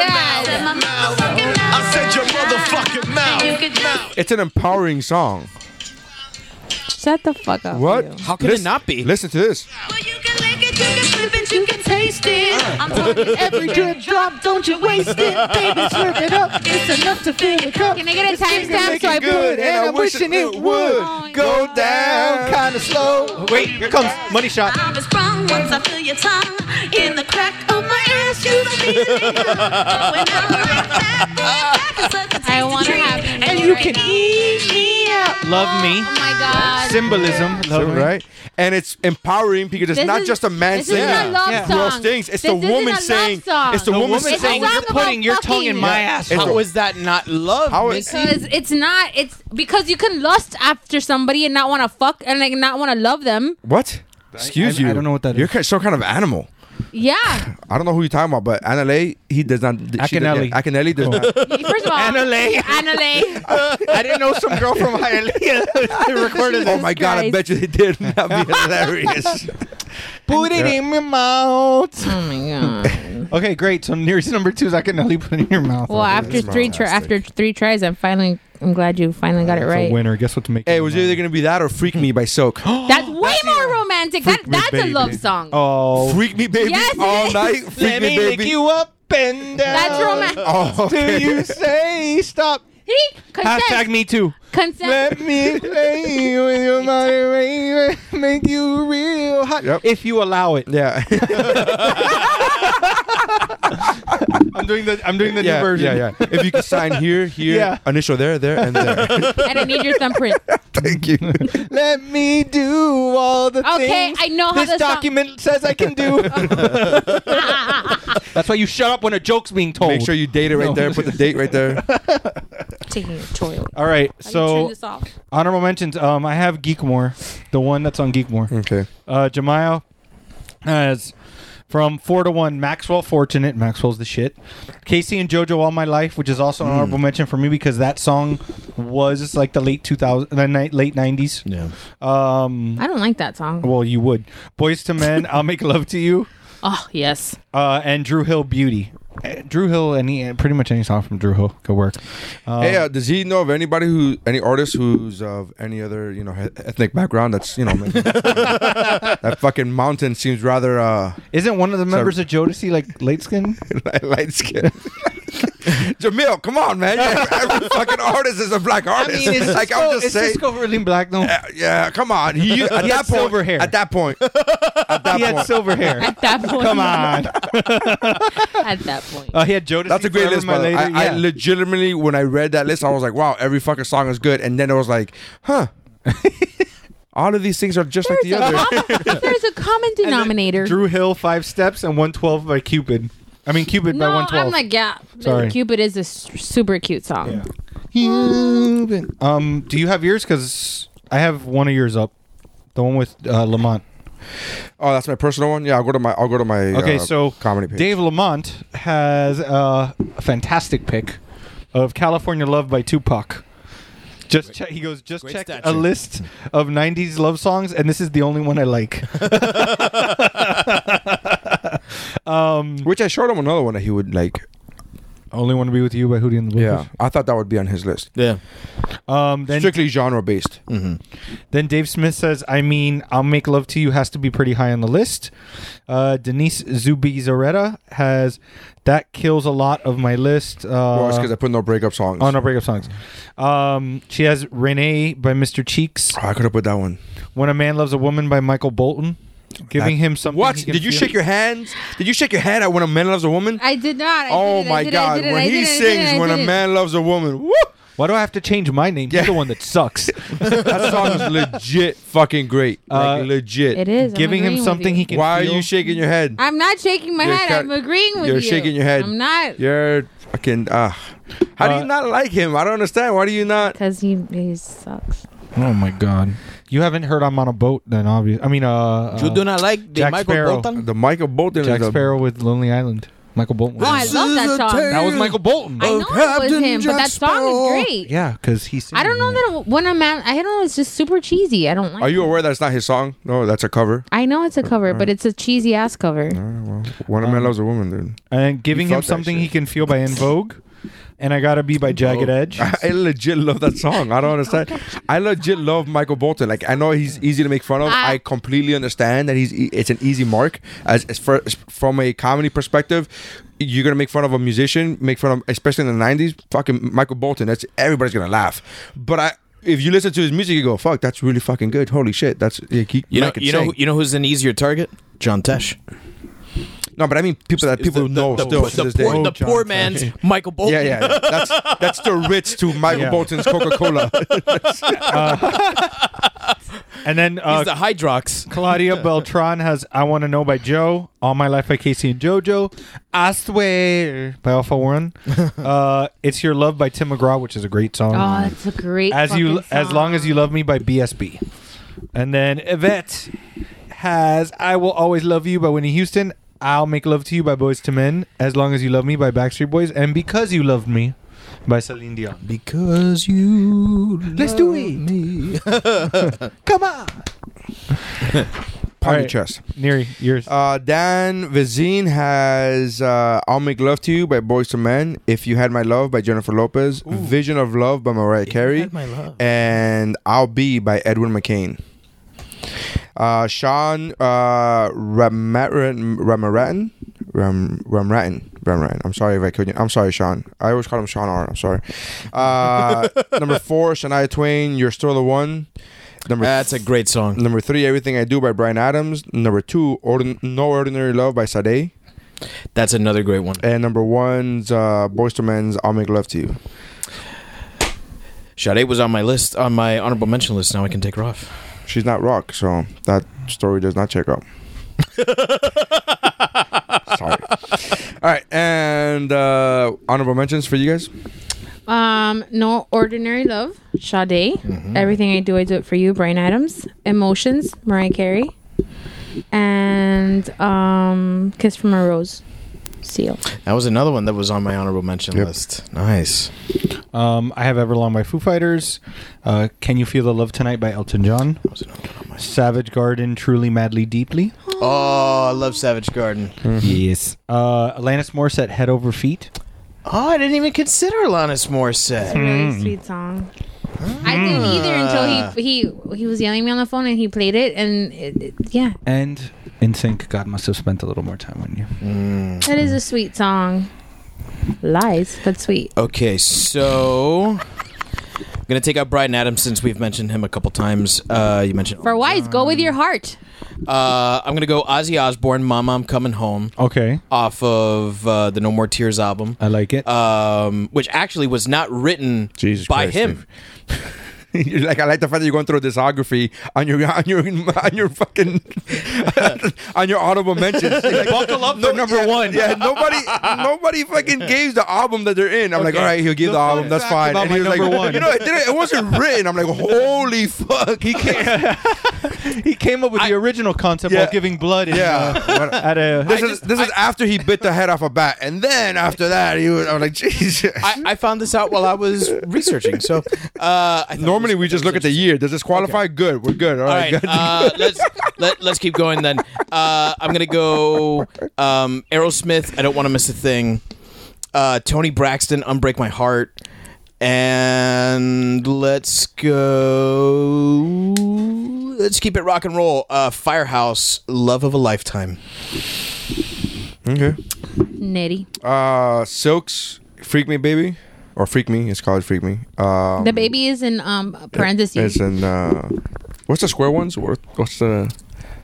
in your mouth. I said your motherfucking mouth.
It's an empowering song.
Shut the fuck up.
What? How
could it not be?
Listen to this.
You can taste it. I'm talking
Every drip drop, don't you waste it, baby. Slurp it up, it's enough to fill the cup.
Can I get a timestamp so I
Looking
put
good, and I'm wishing it would go down kind of slow.
Wait, here comes money shot.
I was sprung once I feel your tongue in the crack of my ass. You don't need to leave. When I'm like that, then back is such a
I want to have And you can
eat me up.
Love me.
Oh my god.
Symbolism, right? And it's empowering because it's
This
not
is-
just a man
this
saying
isn't a love
gross
song.
things. It's
This
the
isn't
woman
a love
saying.
song.
It's the,
The
woman,
woman
saying.
saying, "You're putting your tongue in my
ass."
How was that not love?
How is-
Missy?
Because it's not. It's because you can lust after somebody and not want to fuck and like not want to love them.
What? Excuse
I-
you.
I don't know what that
You're ki- some kind of animal.
Yeah.
I don't know who you're talking about, but Anale, he does not.
Akinele.
Akinelli
Oh.
does not.
First of all,
Anale.
Anale.
I didn't know some girl from Hialeah recorded
Oh my god! I bet you they did. That'd be hilarious.
Put it in my mouth.
Mm.
Oh my god.
Okay, great. So nearest number two is I can only put it in your mouth.
Well, after three tr- after three tries, I'm finally. I'm glad you finally got it right.
winner. Guess what to make? Hey, it was either gonna be that or "Freak Me" by Silk.
Oh, That's way more romantic. That,
me,
that's a
baby.
love song.
Oh, freak me, baby,
Yes, it
all
is.
night. Freak
Let me lick
baby.
you up and down.
That's romantic.
Oh, okay.
Do you say stop?
He consent.
Hashtag me too.
consent.
Let me play you with your money, make you real hot.
Yep.
If you allow it.
Yeah.
I'm doing the I'm doing the
yeah,
new version.
yeah, yeah. If you could sign here, here,
Yeah.
initial there, there, and there.
and I need your thumbprint.
Thank you.
Let me do all the
Okay,
things
I know how
this
the song-
document says I can do. That's why you shut up when a joke's being told.
Make sure you date it right there. Put the date right there.
Taking your toy.
All right,
turn
so
this off.
honorable mentions. Um, I have Geekmore, the one that's on Geekmore.
Okay.
Uh, Jamayo as from four to one. Maxwell Fortunate. Maxwell's the shit. Casey and JoJo All My Life, which is also
Hmm.
an honorable mention for me because that song was like the late two thousand, the ni- late nineties.
Yeah.
Um,
I don't like that song.
well, you would. Boys to Men. I'll make love to you.
Oh yes.
Uh, and Drew Hill Beauty. Uh, Drew Hill, any pretty much any song from Drew Hill could work. Um,
hey, uh, does he know of anybody who, any artist who's of any other, you know, he- ethnic background? That's, you know, making- that fucking mountain seems rather uh,
Isn't one of the members of Jodeci like light skin?
light- light skinned. Jamil, come on, man! Yeah, Every fucking artist is a black artist. like I'm just saying,
really black though?
yeah, yeah, come on. He, at
He
that
had
point,
silver hair.
At that point, at that
He had
point,
silver hair.
At that point.
Come on.
At that point.
Uh, he had Jodeci.
That's a great
Forever
list,
My
by the way. I,
Lady.
I
Yeah.
legitimately, when I read that list, I was like, wow, every fucking song is good. And then it was like, huh. All of these things are just like
There's
the
a,
other.
common, there's a common denominator.
Drew Hill, Five Steps, and 112 by Cupid. I mean, Cupid by
no,
112.
I'm like yeah.
Sorry.
Cupid is a s- super cute song.
Cupid. Um, do you have yours? Because I have one of yours up. The one with uh, Lamont.
Oh, that's my personal one. Yeah, I'll go to my. I'll go to my.
Okay,
uh,
so
comedy page.
Dave Lamont has uh, a fantastic pick of California Love by Tupac. Just check, he goes. Just
Great
check a
statue.
list of '90s love songs, and this is the only one I like.
which I showed him another one that he would like.
only want to be with you by Hootie and the
Yeah,
Blowfish.
I thought that would be on his list.
Yeah.
Um, then Uh,
Strictly genre based.
Then Dave Smith says, I mean, I'll make love to you has to be pretty high on the list. Uh, Denise Zubi Zaretta has that kills a lot of my list. Uh,
well, it's because I put no breakup songs.
oh, no breakup songs. Um, she has Renee by Mr. Cheeks.
Oh, I could have put that one.
When a Man Loves a Woman by Michael Bolton. Giving
That-
him something.
What?
he can
Did you
feel.
shake your hands? Did you shake your hand at when a man loves a woman?
I did not. I
oh
did it, I
my
did it, I
God!
did it,
when
I
he
did it, I did it,
sings
I
"When a
did it.
Man Loves a Woman," woo,
Why do I have to change my name? You're the one that sucks.
that song is legit fucking great. Like, legit.
it is. I'm
Giving him
agreeing with
something
you.
he can.
Why
feel.
are you shaking your head?
I'm not shaking my
You're
head.
cut-
I'm agreeing with
You're
you.
shaking your head.
I'm not Uh,
You're fucking. Ah. How do you not like him? I don't understand. Why do you not?
because he, he sucks.
Oh my god. You haven't heard I'm on a boat, then obviously. I mean, uh, uh
You do not like the
Jack
Michael
Sparrow.
Bolton?
The Michael Bolton
Jack
is a,
Sparrow with Lonely Island. Michael Bolton.
Oh, I love that song.
that was Michael Bolton.
I know it was him, but that song is great.
Yeah, because he's.
I don't know that it- when I'm at, I don't know. It's just super cheesy. I don't like.
Are you aware that's not his song? No, that's a cover.
I know it's a cover, but it's a cheesy ass cover.
One
Um,
of Man Loves a Woman, dude.
And giving him
You felt that
something
shit.
he can feel by En Vogue, and I gotta be by Jagged Edge.
I legit love that song. I don't understand. I legit love Michael Bolton. Like I know he's easy to make fun of.
I-
I completely understand that he's e- it's an easy mark as, as far as from a comedy perspective. You're gonna make fun of a musician, make fun of especially in the '90s. Fucking Michael Bolton. That's everybody's gonna laugh. But I. If you listen to his music, you go, "Fuck, that's really fucking good. Holy shit, that's yeah, he,
You know,
Mike can
you know,
sing."
who- you know who's an easier target? John Tesh.
no, but I mean people that
Is
people
the,
know
the,
Oh, still
the,
to
the
this
poor,
day.
Oh,
the poor man's Michael Bolton.
yeah, yeah, yeah. that's that's the Ritz to Michael
Yeah.
Bolton's Coca Cola.
And then uh,
He's the Hydrox.
Claudia Beltran has I Want to Know by Joe, All My Life by Casey and JoJo, I Swear by Alpha Warren, uh, It's Your Love by Tim McGraw, which is a great song.
Oh, it's a great.
as you
fucking
as
song.
long as you love me by BSB, and then Yvette has I will always love you by Winnie Houston. I'll make love to you by Boys to Men. As long as you love me by Backstreet Boys, and because you loved me by Celine Dion.
Because you.
Let's do it. Come on,
Party
Alright.
chest.
Neri, yours.
Uh, Dan Vizine has uh, I'll Make Love to You by Boys to Men, If You Had My Love by Jennifer Lopez, Vision of Love by Mariah Carey, and I'll Be by Edwin McCain. Uh, Sean uh, Ramaratin, Ramaratin, Ram, Ramratin, Ramratin. I'm sorry if I couldn't. I'm sorry, Sean. I always call him Sean R. I'm sorry. Uh, number four, Shania Twain, You're Still the One. Number
That's a great song.
Number three, Everything I Do by Brian Adams. Number two, Ordin- No Ordinary Love by Sade.
That's another great one.
And number one's uh, Boyz II Men's I'll Make Love to You.
Sade was on my list, on my honorable mention list. Now I can take her off.
She's not rock, so that story does not check out. Sorry. All right, and uh, honorable mentions for you guys.
Um, no ordinary love, Sade. Everything I do, I do it for you. Brian Adams, emotions, Mariah Carey, and um, kiss from a rose, Seal.
That was another one that was on my honorable mention list. Nice.
Um, I have Everlong by Foo Fighters. Uh, Can You Feel the Love Tonight by Elton John.
That was another one on my-
Savage Garden, Truly Madly Deeply.
Oh, I love Savage Garden.
Yes. Uh, Alanis Morissette, Head Over Feet.
Oh, I didn't even consider Alanis
It's
Morissette.
a really sweet song. I didn't either until he he he was yelling at me on the phone and he played it and it, it- yeah,
And In Sync, God must have spent a little more time on you.
that is a sweet song. Lies, but sweet.
Okay, so I'm gonna take out Brian Adams since we've mentioned him a couple times. Uh, you mentioned.
For wise, go with your heart.
Uh, I'm gonna go Ozzy Osbourne, "Mama, I'm Coming Home,"
Okay.
off of uh, the No More Tears album,
I like it.
um, which actually was not written
Jesus
by
Christ,
him.
You're like I like the fact that you're going through a discography on your on your on your fucking on your honorable mentions. You're like,
Buckle up for number one.
Yeah, nobody, nobody fucking gave the album that they're in. I'm like,
Okay.
all right, he'll give the,
The fun
album. That's
fact
fine.
about
And
my
he was like,
number one.
you know, it, didn't, it wasn't written. I'm like, holy fuck, he can't.
he came up with the original concept
Yeah.
while giving blood. in,
Yeah.
uh, at a
This is this is after he bit the head off a bat, and then after that, he was. I'm like, Jesus.
I, I found this out while I was researching. So uh, I thought it
Normally,
was-
we just look at the year. Does this qualify? Good, we're good. All
All
right,
right,
good.
uh, let's let, let's keep going then. Uh, I'm gonna go um, Aerosmith. I don't want to miss a thing. Uh, Tony Braxton, "Unbreak My Heart," and let's go. Let's keep it rock and roll. Uh, Firehouse, "Love of a Lifetime."
okay.
Nitty.
Uh, Silks, Freak Me Baby, or Freak Me. It's called Freak Me. Um,
The baby is in um parentheses.
It's in uh, what's the square ones? What- What's the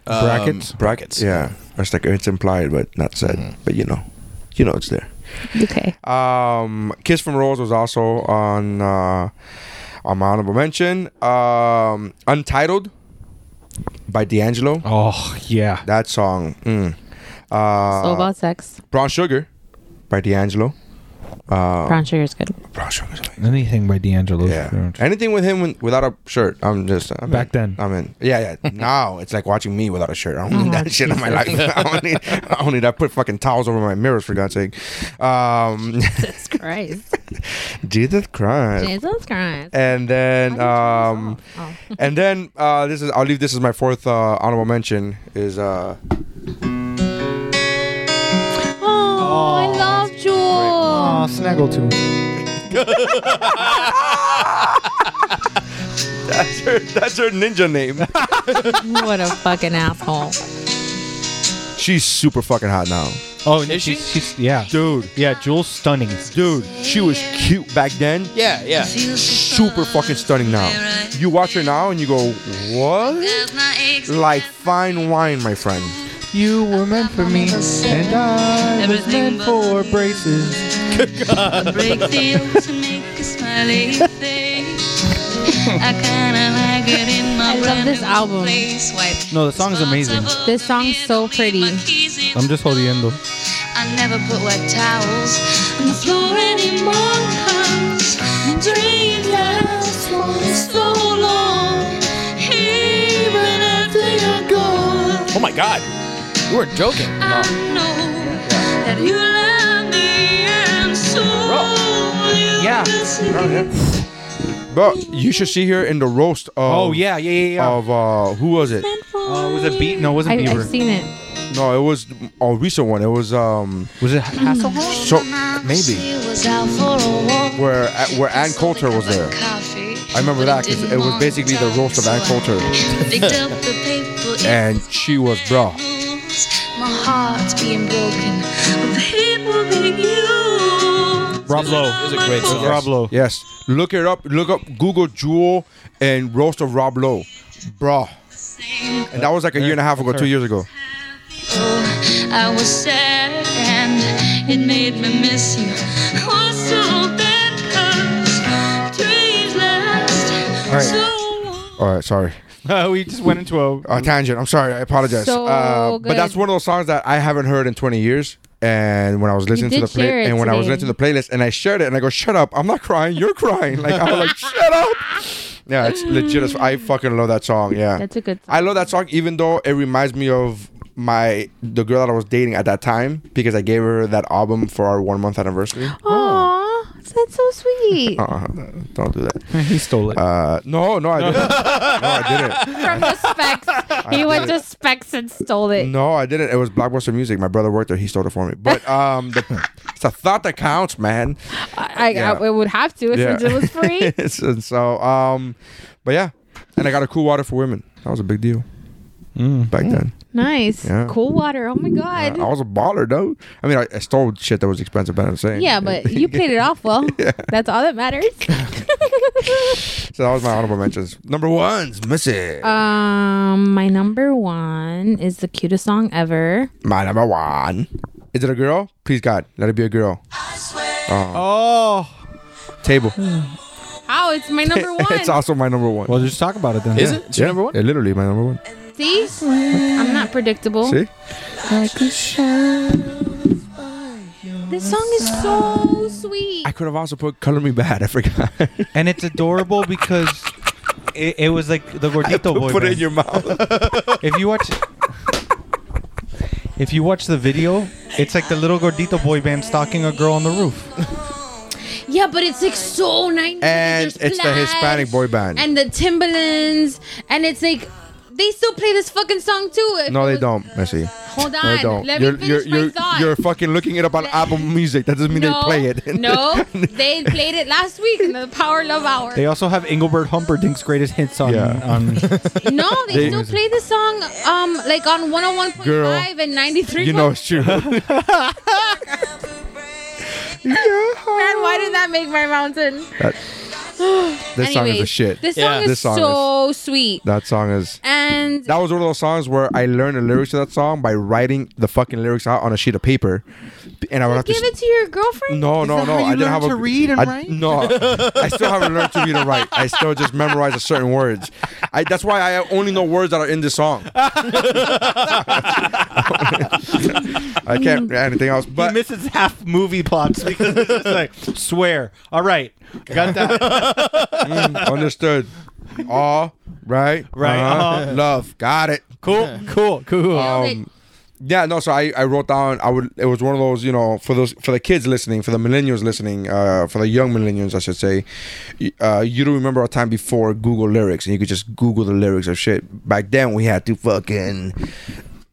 Um,
Brackets?
brackets.
yeah? It's like it's implied but not said. But you know, you know it's there.
Okay.
Um, Kiss from Rose was also on uh, on my honorable mention. Um, Untitled by D'Angelo.
Oh yeah,
that song. Mm. Uh,
So about sex.
Brown Sugar by D'Angelo. Uh,
Brown sugar's good.
Brown sugar's amazing.
Anything by D'Angelo.
Yeah. Anything with him when, without a shirt, I'm just I'm
Back then. Oh,
I'm in. Yeah, yeah. now it's like watching me without a shirt. I don't need that shit in my life.
Jesus.
I don't need. I don't need. I put fucking towels over my mirrors for God's sake. Um,
Jesus Christ.
Jesus Christ.
Jesus Christ. Oh.
And then, um, and then uh, this is. I'll leave. This is my fourth uh, honorable mention. Is uh,
Oh, I love Jewel.
Oh, snaggle too.
that's her. That's her ninja name.
what a fucking asshole.
She's super fucking hot now.
Oh, is she? She's, yeah,
dude.
Yeah, Jules stunning.
Dude, she was cute back then.
Yeah, yeah.
Super fucking stunning now. You watch her now and you go, what? Like fine wine, my friend.
You were meant for me, and I was meant for braces.
Break deal to make a smiley face. I kinda like it in my
I love this album.
No, the song's amazing.
This song's so pretty.
I'm just jodiendo.
I never put wet towels on the floor anymore. 'cause the dream lasts for so long, even after you're gone.
Oh my God. You were joking.
I
Oh.
know that you love me, and so you
Yeah.
But you should see her in the roast of.
Oh, yeah, yeah, yeah, yeah.
Of uh, who was it?
Oh, was it beat? No, it
I,
wasn't
I've
Bieber.
seen it.
No, it was a recent one. It was um.
Was it Hasselhoff?
So maybe
was out for a walk.
where uh, where Ann Coulter was there.
Coffee.
I remember that because it was basically the roast of Ann Coulter,
Picked up the paper. it
and she was bro.
moves. My heart's being broken. The people being used.
Rob Lowe.
It's a great song.
Rob Lowe.
Yes. Look it up. Look up Google Jewel and Roast of Rob Lowe. Bro. And that was like a year and a half ago, two years ago.
I was sad and it made me miss you. Oh, so bad 'cause dreams last
All right.
so
All right, sorry.
we just went into a.
A tangent. I'm sorry. I apologize.
Mm. So
uh, but
good.
that's one of those songs that I haven't heard in 20 years. And when I was listening to
did
the
share
play,
it
and when I was
today.
listening to the playlist, and I shared it, and I go, "Shut up! I'm not crying. You're crying." Like I was like, "Shut up!" Yeah, it's legit. As, I fucking love that song. Yeah,
That's a good song.
I love that song, even though it reminds me of my the girl that I was dating at that time because I gave her that album for our one month anniversary.
Aw, that's so sweet.
Uh, don't do that.
He stole it.
Uh, no, no, I didn't. no, I didn't.
From the specs. He went to specs and stole it.
No, I didn't. It was Blockbuster Music. My brother worked there. He stole it for me. But um, the, it's a thought that counts, man.
I, I,
Yeah.
I would have to since it was free.
so, so, um, but yeah, and I got a cool water for women. That was a big deal back then.
nice.
Yeah.
Cool water. Oh my god.
I was a baller, though. I mean, I, I stole shit that was expensive, but I'm saying.
yeah, but you played it off well. That's all that matters.
So that was my honorable mentions. Number one's Missy.
Uh, um, my number one is the cutest song ever.
my number one. Is it a girl? Please God, let it be a girl.
oh.
Table.
Oh, it's my number one.
it's also my number one.
Well, just talk about it then.
Is it? It's your number one?
Yeah, literally my number one.
See, I'm not predictable.
See?
This song is so sweet.
I could have also put Color Me Bad. I forgot.
And it's adorable because it, it was like the gordito boy.
put it
band.
in your mouth.
if you watch if you watch the video it's like the little gordito boy band stalking a girl on the roof
Yeah, but it's like so nice.
And it's the Hispanic boy band.
and the Timberlands, and it's like they still play this fucking song too. If
no,
it
they
was-
don't, Missy.
Hold
No,
on,
they don't.
let
you're,
me
you're,
finish my
you're,
thought.
you're fucking looking it up on Apple Music. That doesn't mean
no,
they play it.
no, they played it last week in the Power Love Hour.
they also have engelbert humperdinck's greatest hits on,
Yeah.
on
no, they,
They-
still play the song, um, like on one hundred one
Girl,
point five and ninety three.
you know it's true.
man, why did that make my mountain?
That- This song is the
Anyways,
shit.
This song is
This song
so sweet.
is- that song is.
And
That was one of those songs where I learned the lyrics to that song by writing the fucking lyrics out on a sheet of paper, and I would have to.
give it to your girlfriend.
No, no, no. I didn't have a, I- No, I still haven't learned to read and write. I still just memorize a certain words. I, that's why I only know words that are in this song. I can't
Mm.
read anything else. But
he misses half movie plots because it's just like swear. All right, got that.
mm, Understood. All right,
Right, uh-huh.
Love. Got it.
Cool. Cool. Cool.
Um, yeah, no. So I, I wrote down. I would. It was one of those. You know, for those for the kids listening, for the millennials listening, uh, for the young millennials, I should say. y- Uh, you don't remember a time before Google lyrics, and you could just Google the lyrics of shit. Back then, we had to fucking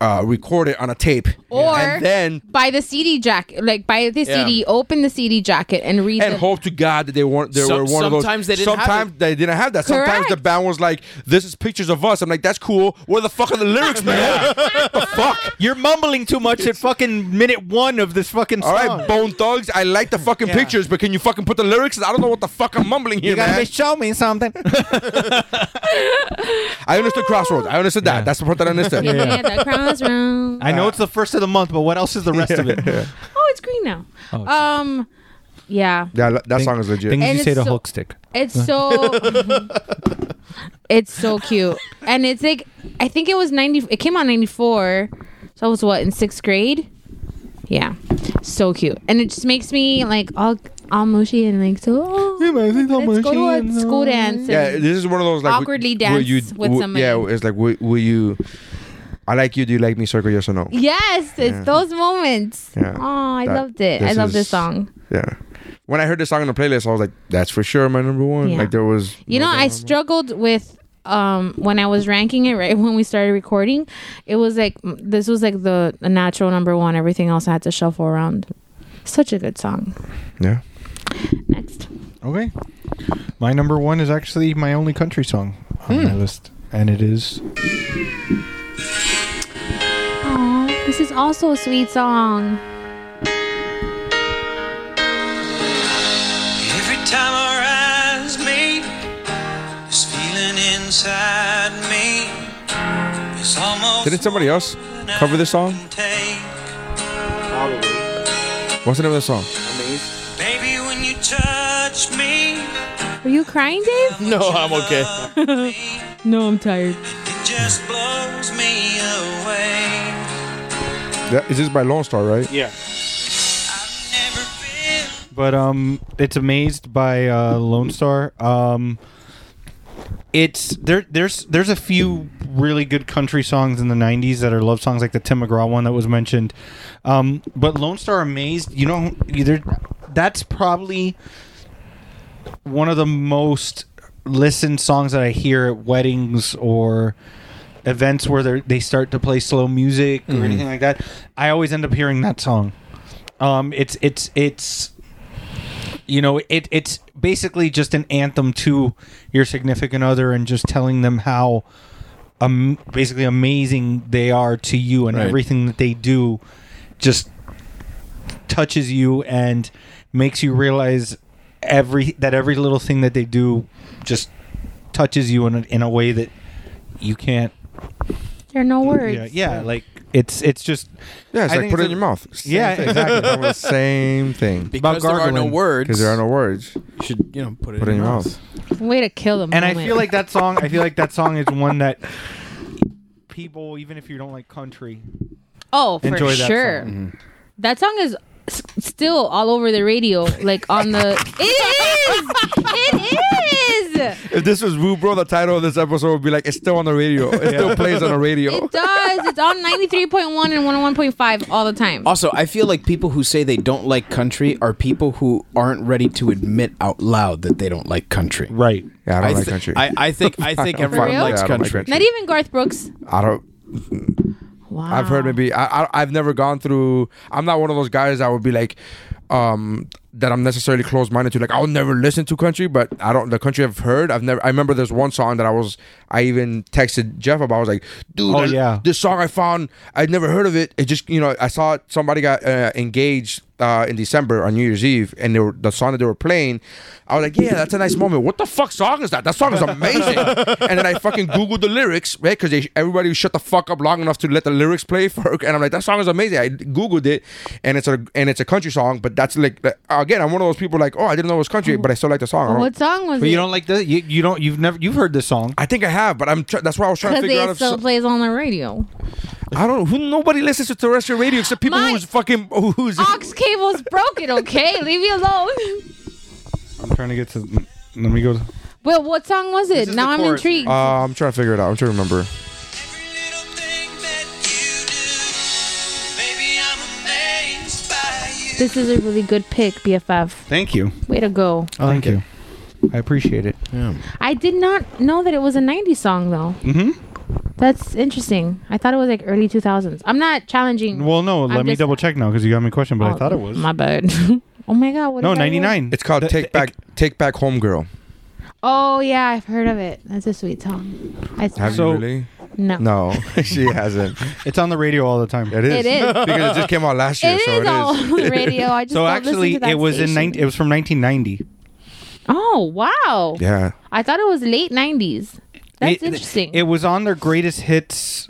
uh, record it on a tape.
Or
and then
buy the CD jacket, like buy the
Yeah.
CD, open the CD jacket, and read.
and
the-
hope to God that they weren't. They
Some-
were one of those.
sometimes they didn't have
Sometimes
it.
they didn't have that. Sometimes the band was like, "This is pictures of us." I'm like, "That's cool. Where the fuck are the lyrics, man? the fuck?
You're mumbling too much at fucking minute one of this fucking song.
All right, Bone Thugs. I like the fucking
Yeah.
pictures, but can you fucking put the lyrics? I don't know what the fuck I'm mumbling here,
you gotta
man.
be- show me something.
I understood Crossroads. I understood that. That's the part that I understood.
Yeah, the crossroads.
I know it's the first of the month, but what else is the rest of it?
Oh, it's green now.
Oh, it's-
um, yeah.
Yeah, that song is legit.
Things
And
you say
it's
to
so-
hook stick.
It's so it's so cute. And it's like I think it was 90 it came out 94. So I was what in 6th grade? Yeah. So cute. And it just makes me like all all mushy and like so oh, let's go to a school dance. and-
Yeah, this is one of those like
Awkwardly dance with
will-
somebody.
Yeah, it's like will, will you? I like you. Do you like me? Circle yes or no.
Yes, it's
Yeah.
those moments.
Yeah,
Oh, I
that-
loved it. I
this
love
is-
this song.
Yeah. When I heard this song on the playlist, I was like, "That's for sure my number one."
Yeah.
Like there was.
You know, I struggled with um when I was ranking it right when we started recording. It was like m- this was like the the natural number one. Everything else I had to shuffle around. Such a good song.
Yeah.
Next.
Okay. My number one is actually my only country song on my list, and it is
Aw, this is also a sweet song.
Every time our eyes meet, this feeling inside me is almost
Didn't somebody else cover this song?
Probably.
What's the name of the song?
Baby, when you touch me,
Are you crying, Dave?
No, I'm okay.
no, I'm tired.
it just blows me away.
That, is this by Lone Star, right?
Yeah. but um it's amazed by uh lone star um it's there there's there's a few really good country songs in the 90s that are love songs like the tim mcgraw one that was mentioned um but lone star amazed you know either that's probably one of the most listened songs that i hear at weddings or events where they they start to play slow music or
Mhm.
anything like that i always end up hearing that song um it's it's it's you know it it's basically just an anthem to your significant other and just telling them how um basically amazing they are to you and
Right.
everything that they do just touches you and makes you realize every that every little thing that they do just touches you in a, in a way that you can't
There are no words.
yeah, yeah like it's it's just
Yeah, it's
I
like
think
put it
a-
in your mouth.
yeah
thing.
exactly
That was the same thing.
Because there are no words.
Because there are no words.
You should, you know, put it
Put it in your mouth.
Way to kill them.
and I feel like that song. I feel like that song is one that people, even if you don't like country,
Oh, for
enjoy that
sure.
song.
That song is s- still all over the radio, like on the. it is. It is.
If this was Woo Bro, the title of this episode would be like, it's still on the radio. It still plays on the radio.
It does. It's on ninety three point one and one hundred one point five all the time.
Also, I feel like people who say they don't like country are people who aren't ready to admit out loud that they don't like country.
Right.
Yeah, I don't like
thi-
country.
I, I think I think
I'm
everyone
fine with
likes
that. I don't like
country.
country.
Not even Garth Brooks.
I don't. I've heard maybe I, I I've never gone through. I'm not one of those guys that would be like, um, that I'm necessarily closed minded to. Like I'll never listen to country, but I don't. The country I've heard, I've never. I remember there's one song that I was. I even texted Jeff about. I was like, dude,
Oh,
I-
yeah.
this song I found. I'd never heard of it. It just you know I saw it- somebody got uh, engaged. Uh, in December on New Year's Eve, and they were, the song that they were playing, I was like, "Yeah, that's a nice moment." What the fuck song is that? That song is amazing. and then I fucking googled the lyrics, right? Because everybody shut the fuck up long enough to let the lyrics play for, and I'm like, "That song is amazing." I googled it, and it's a and it's a country song, but that's like again, I'm one of those people like, "Oh, I didn't know it was country, but I still like the song." I don't-
What song was
But
it?
you don't like the you, you don't you've never you've heard this song.
I think I have, but I'm tr- that's why I was trying to
Because
figure out
it
if
still
so-
plays on the radio.
I don't who nobody listens to terrestrial radio except people
My-
who's fucking who's
Ox cable's broken, okay? Leave me alone.
I'm trying to get to. Let me go. to-
But what song was it? Now I'm intrigued.
Uh, I'm trying to figure it out. I'm trying to remember.
this is a really good pick, BFF.
Thank you.
Way to go.
Oh, thank you. I appreciate it.
Yeah.
I did not know that it was a 90s song, though.
Mm-hmm.
That's interesting. I thought it was like early 2000s. I'm not challenging.
Well, no,
I'm
let me
just-
double check now because you got me a question, but I
Oh,
thought it was.
My bad. oh my God. What
No,
is that?
99.
It's called Take Back Take Back Home Girl.
Oh, yeah. I've heard of it. That's a sweet song. It's
Have
So-
you really?
No.
No, she hasn't.
It's on the radio all the time.
It
It
is.
is.
because it just came out last year,
It
so
is all on the radio. I just
So
don't
actually,
listen to that
it was in
station.
19, it was from 1990.
Oh wow!
Yeah.
I thought it was late '90s.
It-
That's interesting.
It was on their greatest hits.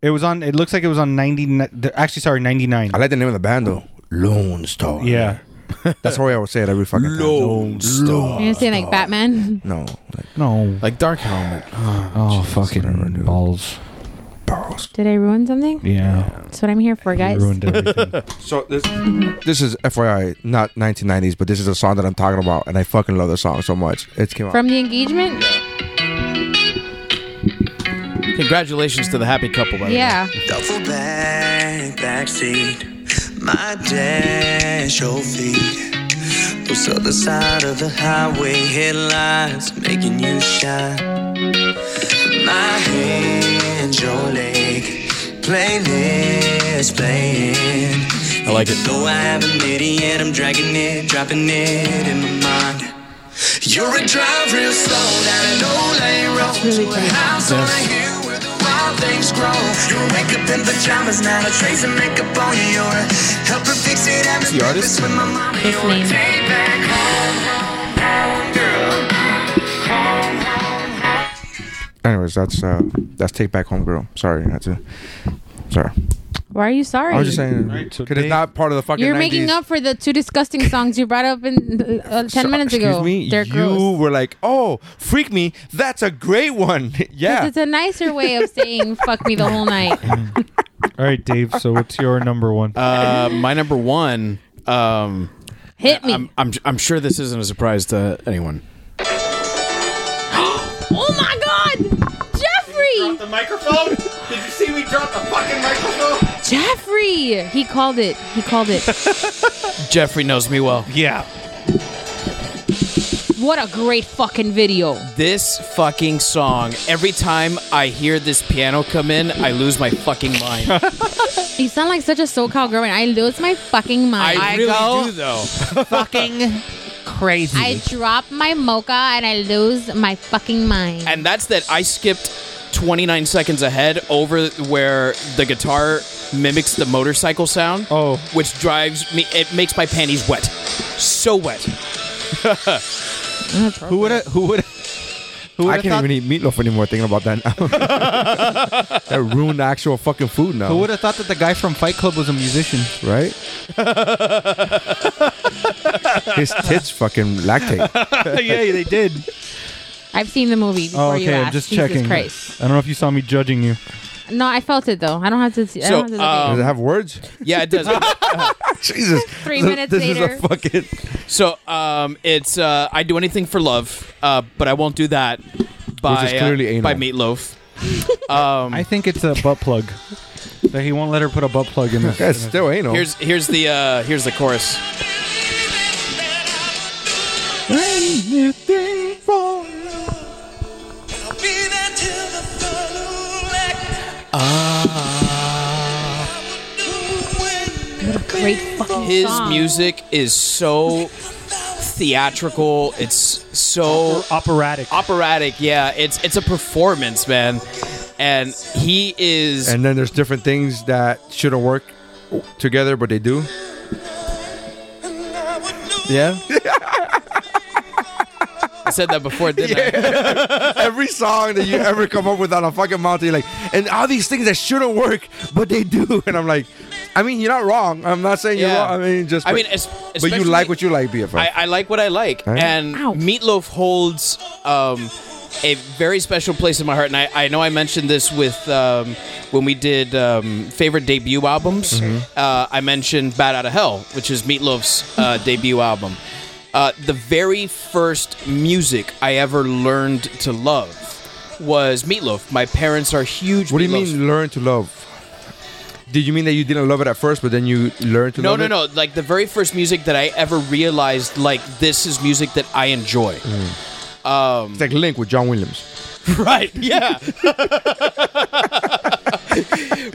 It was on. It looks like it was on 90. Actually, sorry, 99.
I like the name of the band though. Lone Star.
Yeah.
That's how I would say it every fucking time. Lone Star.
You're saying
Oh.
like Batman?
No. Like,
No.
Like Dark Helmet.
Oh, fucking balls.
Did I ruin something?
Yeah.
That's what I'm here for, guys.
Ruined everything.
So this this is FYI, not 1990s, but this is a song that I'm talking about, and I fucking love this song so much. It came out.
From the engagement?
Congratulations to the happy couple,
Oh,
by the way.
Yeah.
Duffel bag, backseat, my dash, your feet. Those other side of the highway headlights making you shine. My hand, your leg, playlist playing.
I like it.
Even though I haven't made it yet, I'm dragging it, dropping it in my mind. You're a drive real slow down an old lane road
really
to a
good.
house on a hill where the wild things grow. You wake up in pajamas, not a trace of makeup on you. You're a helper fix it. I'm
The artist?
with my mama.
His
You're a
name.
take back home, home girl. Home, home, home.
Anyways, that's uh, that's Take Back Home Girl. Sorry, that's a. Sorry.
Why are you sorry?
I was just saying.
Right, so
'cause
Dave-
it's not part of the fucking.
You're making
90s.
up for the two disgusting songs you brought up in uh, ten
So-
minutes
excuse
ago.
me.
They're
you
gross.
were like, "Oh, freak me! That's a great one." yeah.
It's a nicer way of saying "fuck me" the whole night.
all right, Dave. So what's your number one?
Uh, my number one. Um,
Hit me.
I'm, I'm I'm sure this isn't a surprise to anyone.
oh my God, Jeffrey!
The microphone? Did you see me drop the fucking microphone?
Jeffrey! He called it. He called it.
Jeffrey knows me well.
yeah.
what a great fucking video.
This fucking song. Every time I hear this piano come in, I lose my fucking mind.
You sound like such a SoCal girl, and I lose my fucking mind.
I really do though.
Crazy.
I drop my mocha and I lose my fucking mind.
and that's that I skipped 29 seconds ahead over where the guitar mimics the motorcycle sound.
Oh.
Which drives me, it makes my panties wet. So wet.
Who would have? Who would? Who
I
would
can't
have
even
thought?
eat meatloaf anymore thinking about that now. that ruined the actual fucking food now.
Who would have thought that the guy from Fight Club was a musician?
right? His tits fucking lactate.
yeah, they did.
I've seen the movie before
Oh,
you
okay.
asked.
I'm just
Jesus
checking.
Christ.
I don't know if you saw me judging you.
No, I felt it though. I don't have to see. I
So, uh,
don't have to look at
Does
you.
it have words?
Yeah, it does.
Jesus.
Three
This-
minutes
this
later.
is a fucking.
so um, it's uh, I do anything for love, uh, but I won't do that by
Which is clearly
uh,
anal.
by meatloaf. Um,
I think it's a butt plug. That he won't let her put a butt plug in
That's
this.
still anal.
here's here's the uh, here's the chorus.
Be there till the final act. I would do it.
great fucking
His
song.
music is so theatrical. It's so
operatic.
Operatic, yeah. It's it's a performance, man. And he is
And then there's different things that shouldn't work together, but they do. Yeah.
I said that before, didn't
Yeah. Every song that you ever come up with on a fucking mountain, you're like, and all these things that shouldn't work, but they do. And I'm like, I mean, you're not wrong. I'm not saying
Yeah.
you're wrong. I mean, just.
I
but-
mean, es-
but you
especially-
like what you like, BFF.
I, I like what I like,
All right.
and Meatloaf holds um, a very special place in my heart. And I, I know I mentioned this with um, when we did um, favorite debut albums.
Mm-hmm.
Mhm.
Uh, I mentioned "Bad Out of Hell," which is Meatloaf's uh, debut album. Uh, the very first music I ever learned to love was Meatloaf. My parents are huge.
what do you
Meat Loaf
mean, learn to love? Did you mean that you didn't love it at first, but then you learned to
no,
love
no,
it?
no. Like the very first music that I ever realized, like this is music that I enjoy. Um,
It's like Link with John Williams.
right? Yeah.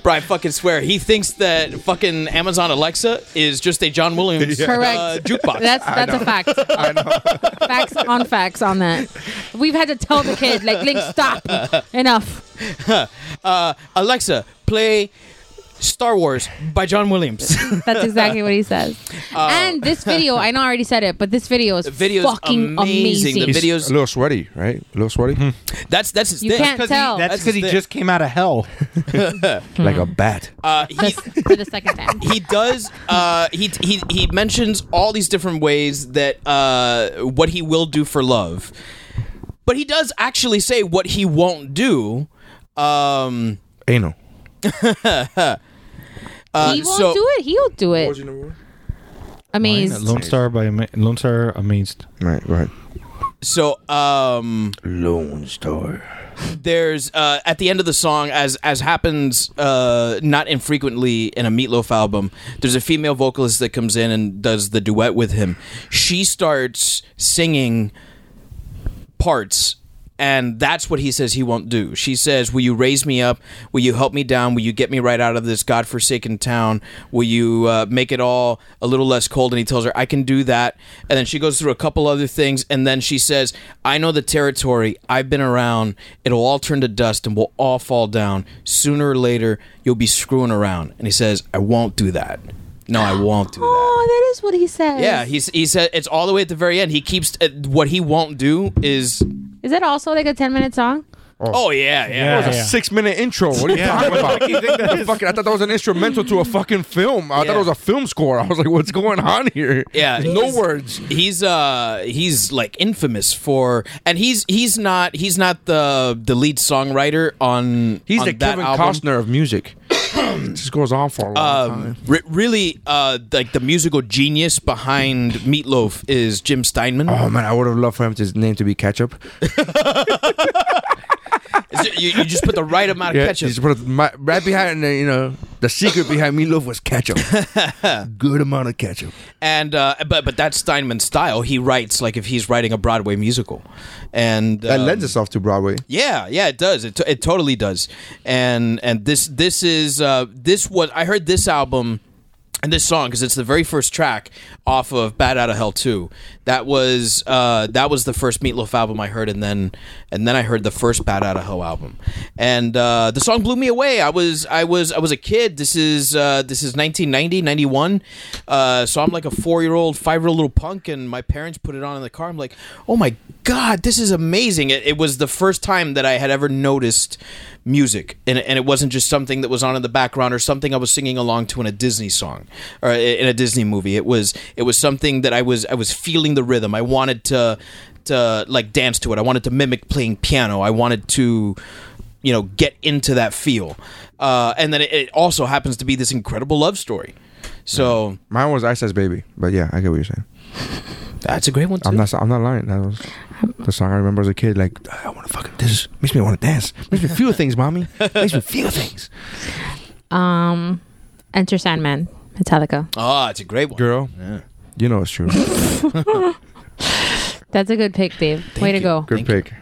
Bro, I fucking swear. He thinks that fucking Amazon Alexa is just a John Williams
Correct.
uh, jukebox.
That's that's a fact. Facts on facts on that. We've had to tell the kid like, Link, stop, enough.
uh, Alexa, play Star Wars by John Williams.
That's exactly what he says.
Uh,
and this video, I know I already said it, but this video is
The video's
fucking amazing.
amazing. The video- Videos- Hmm.
a little sweaty, right? A little sweaty.
That's that's his
You
thing.
can't tell.
That's because he just came out of hell.
like a bat.
Uh, he,
for the second time.
he does. Uh, he, he he mentions all these different ways that uh, what he will do for love, but he does actually say what he won't do. Um,
Anal.
uh,
he won't
so
do it. He'll do it. Amazed.
Lone Star by Ama- Lone Star Amazed.
Right, go ahead.
so um,
Lone Star.
there's uh, at the end of the song, as as happens uh, not infrequently in a Meatloaf album, there's a female vocalist that comes in and does the duet with him. She starts singing parts. And that's what he says he won't do. She says, Will you raise me up? Will you help me down? Will you get me right out of this godforsaken town? Will you uh, make it all a little less cold? And he tells her, I can do that. And then she goes through a couple other things. And then she says, I know the territory. I've been around. It'll all turn to dust and we'll all fall down. Sooner or later, you'll be screwing around. And he says, I won't do that. No, I won't do that.
Oh, that is what he says.
Yeah, he's, he said it's all the way at the very end. He keeps uh, what he won't do is
Is that also like a ten minute song?
Oh, yeah, yeah.
That was a six minute intro. What are you talking about? The fucking- I thought that was an instrumental to a fucking film. I thought it was a film score. I was like, what's going on here?
Yeah,
No
he's-
words.
He's uh he's like infamous for, and he's he's not he's not the the lead songwriter on.
He's
on
the
that
Kevin
album.
Costner of music. it just goes on for a long
Um, re- really, uh, like the musical genius behind Meatloaf is Jim Steinman.
Oh man, I would have loved for him to, his name to be ketchup.
Uh, Is it- you, you just put the right amount of ketchup.
He's put my, right behind the, you know the secret behind meatloaf was ketchup. Good amount of ketchup.
And uh, but but that's Steinman's style. He writes like if he's writing a Broadway musical, and
That
um,
lends itself to Broadway.
Yeah, yeah, it does. It, t- it totally does. And and this this is uh, this was I heard this album and this song because it's the very first track off of Bad Out of Hell Two. That was uh, that was the first Meatloaf album I heard, and then and then I heard the first Bad Out of Hell album, and uh, the song blew me away. I was I was I was a kid. This is uh, this is 1990 91, uh, so I'm like a four year old, five year old little punk, and my parents put it on in the car. I'm like, oh my god, this is amazing. It, it was the first time that I had ever noticed music, and, and it wasn't just something that was on in the background or something I was singing along to in a Disney song or i- in a Disney movie. It was it was something that I was I was feeling the rhythm. I wanted to to like dance to it. I wanted to mimic playing piano. I wanted to you know get into that feel. Uh, and then it, it also happens to be this incredible love story. So
Mine was Ice Ice Baby, but yeah, I get what you're saying.
that's a great one too.
I'm not. I'm not lying. That was the song I remember as a kid. Like I want to fucking. This makes me want to dance. Makes me feel things, mommy. Makes me feel things.
Um, Enter Sandman, Metallica.
Oh, it's a great one.
Girl, you know it's true.
That's a good pick, Dave. Way to go.
Good pick.